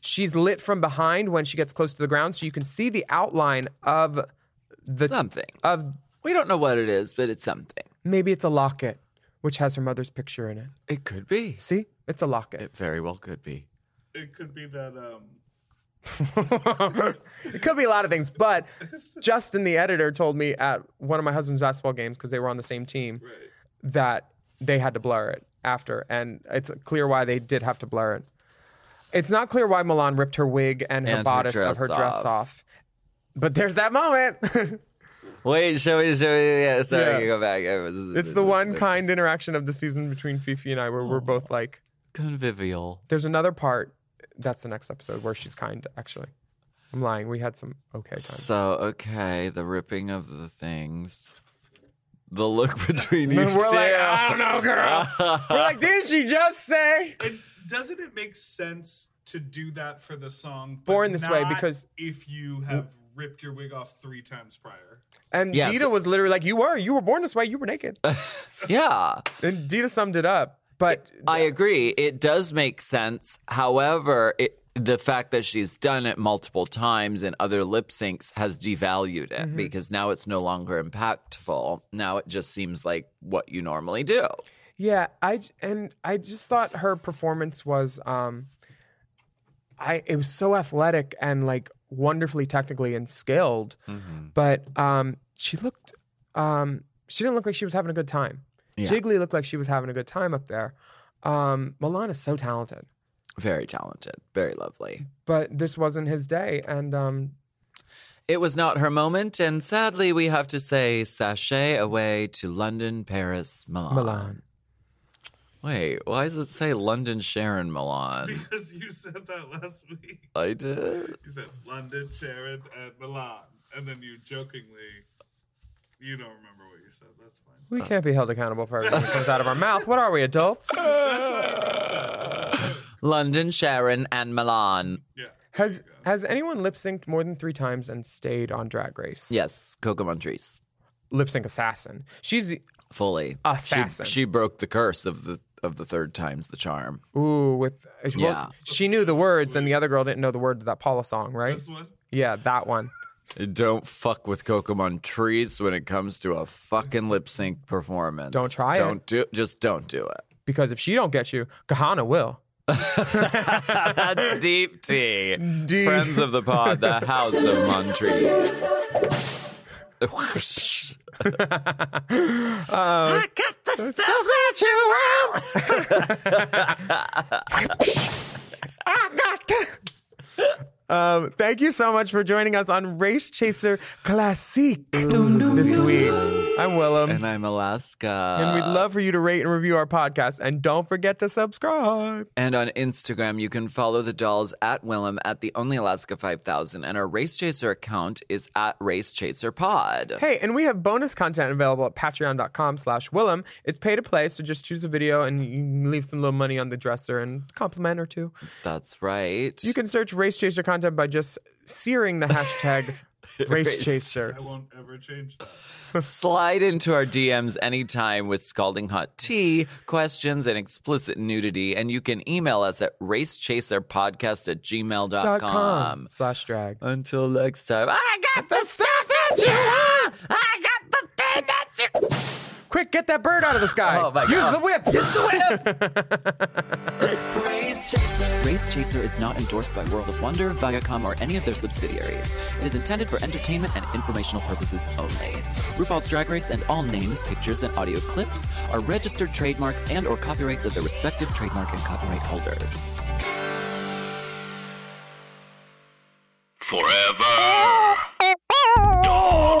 [SPEAKER 4] she's lit from behind when she gets close to the ground, so you can see the outline of the
[SPEAKER 11] something.
[SPEAKER 4] Of
[SPEAKER 11] we don't know what it is, but it's something.
[SPEAKER 4] Maybe it's a locket, which has her mother's picture in it.
[SPEAKER 11] It could be.
[SPEAKER 4] See, it's a locket.
[SPEAKER 11] It very well could be.
[SPEAKER 6] It could be that um
[SPEAKER 4] it could be a lot of things, but Justin, the editor, told me at one of my husband's basketball games because they were on the same team that they had to blur it after, and it's clear why they did have to blur it. It's not clear why Milan ripped her wig and her
[SPEAKER 11] And her
[SPEAKER 4] bodice of
[SPEAKER 11] dress
[SPEAKER 4] her dress
[SPEAKER 11] off.
[SPEAKER 4] off, but there's that moment.
[SPEAKER 11] Wait, show me, show me. Yeah, sorry,
[SPEAKER 4] Yeah.
[SPEAKER 11] you go back. It was-
[SPEAKER 4] it's the one kind interaction of the season between Fifi and I where we're both like
[SPEAKER 11] convivial.
[SPEAKER 4] There's another part. That's the next episode where she's kind. Actually, I'm lying. We had some okay time.
[SPEAKER 11] So okay, the ripping of the things, the look between you
[SPEAKER 4] We're
[SPEAKER 11] two.
[SPEAKER 4] like, I don't know, girl. We're like, did she just say?
[SPEAKER 6] And doesn't it make sense to do that for the song but
[SPEAKER 4] Born This Way,
[SPEAKER 6] not
[SPEAKER 4] because-
[SPEAKER 6] if you have ripped your wig off three times prior.
[SPEAKER 4] And
[SPEAKER 6] Yeah,
[SPEAKER 4] Dita
[SPEAKER 6] so-
[SPEAKER 4] was literally like, "You were. You were born this way. You were naked."
[SPEAKER 11] yeah.
[SPEAKER 4] And Dita summed it up. But
[SPEAKER 11] I agree. It does make sense. However, it, the fact that she's done it multiple times in other lip syncs has devalued it
[SPEAKER 4] Mhm.
[SPEAKER 11] because now it's no longer impactful. Now it just seems like what you normally do.
[SPEAKER 4] Yeah, I j- and I just thought her performance was um I it was so athletic and like wonderfully technically and skilled. But um she looked um she didn't look like she was having a good time.
[SPEAKER 11] Yeah.
[SPEAKER 4] Jiggly looked like she was having a good time up there. Um Milan is so talented,
[SPEAKER 11] Very talented, very lovely.
[SPEAKER 4] but this wasn't his day and um
[SPEAKER 11] It was not her moment, and sadly, we have to say sachet away to London, Paris, Milan.
[SPEAKER 4] Milan.
[SPEAKER 11] Wait, why does it say London, Sharon, Milan?
[SPEAKER 6] Because you said that last week.
[SPEAKER 11] I did.
[SPEAKER 6] You said London, Sharon, and Milan. And then you jokingly you don't remember what you said. That's fine.
[SPEAKER 4] we can't be held accountable for everything that comes out of our mouth. What are we, adults?
[SPEAKER 6] That's why
[SPEAKER 11] London, Sharon, and Milan.
[SPEAKER 4] Has has anyone lip synced more than three times and stayed on Drag Race?
[SPEAKER 11] Yes, Coco Montrese.
[SPEAKER 4] Lip sync assassin. She's
[SPEAKER 11] Fully.
[SPEAKER 4] Assassin.
[SPEAKER 11] She, she broke the curse of the of the third time's the charm.
[SPEAKER 4] ooh with
[SPEAKER 11] Yeah.
[SPEAKER 4] well, she knew the words and the other girl didn't know the words of that Paula song, right? This
[SPEAKER 6] one.
[SPEAKER 4] Yeah, that one.
[SPEAKER 11] Don't fuck with Coco Montrese when it comes to a fucking lip sync performance.
[SPEAKER 4] Don't try it.
[SPEAKER 11] Don't do just don't do it.
[SPEAKER 4] Because if she don't get you, Kahana will.
[SPEAKER 11] That's deep tea. Friends of the pod, the house of
[SPEAKER 4] Uh,
[SPEAKER 11] Montrese.
[SPEAKER 2] I got the
[SPEAKER 4] uh,
[SPEAKER 2] stuff that you
[SPEAKER 4] Ah, Um, thank you so much for joining us on Race Chaser Classique this week. I'm Willem.
[SPEAKER 11] and I'm Alaska.
[SPEAKER 4] And we'd love for you to rate and review our podcast. And don't forget to subscribe.
[SPEAKER 11] And on Instagram, you can follow the dolls at Willem at the Only Alaska 5000, and our Race Chaser account is at Race Chaser Pod.
[SPEAKER 4] Hey, and we have bonus content available at patreon.com slash Willem. It's pay to play, so just choose a video and you can leave some little money on the dresser and a compliment or two.
[SPEAKER 11] That's right.
[SPEAKER 4] You can search race chaser content by just searing the hashtag Race chaser.
[SPEAKER 6] I won't ever change that.
[SPEAKER 11] Slide into our DMs anytime with scalding hot tea, questions, and explicit nudity. And you can email us at racechaserpodcast at gmail.com.
[SPEAKER 4] Dot com slash drag.
[SPEAKER 11] Until next time. I got the stuff
[SPEAKER 13] that you want. I got the thing that you.
[SPEAKER 4] Quick, get that bird out of the sky.
[SPEAKER 11] Oh, my
[SPEAKER 4] Use
[SPEAKER 11] God.
[SPEAKER 4] the whip. Use the whip.
[SPEAKER 14] Race Chaser.
[SPEAKER 11] Race Chaser is not endorsed by World of Wonder, Viacom, or any of their subsidiaries. It is intended for entertainment and informational purposes only. RuPaul's Drag Race and all names, pictures, and audio clips are registered trademarks and or copyrights of their respective trademark and copyright holders.
[SPEAKER 8] Forever. Dog.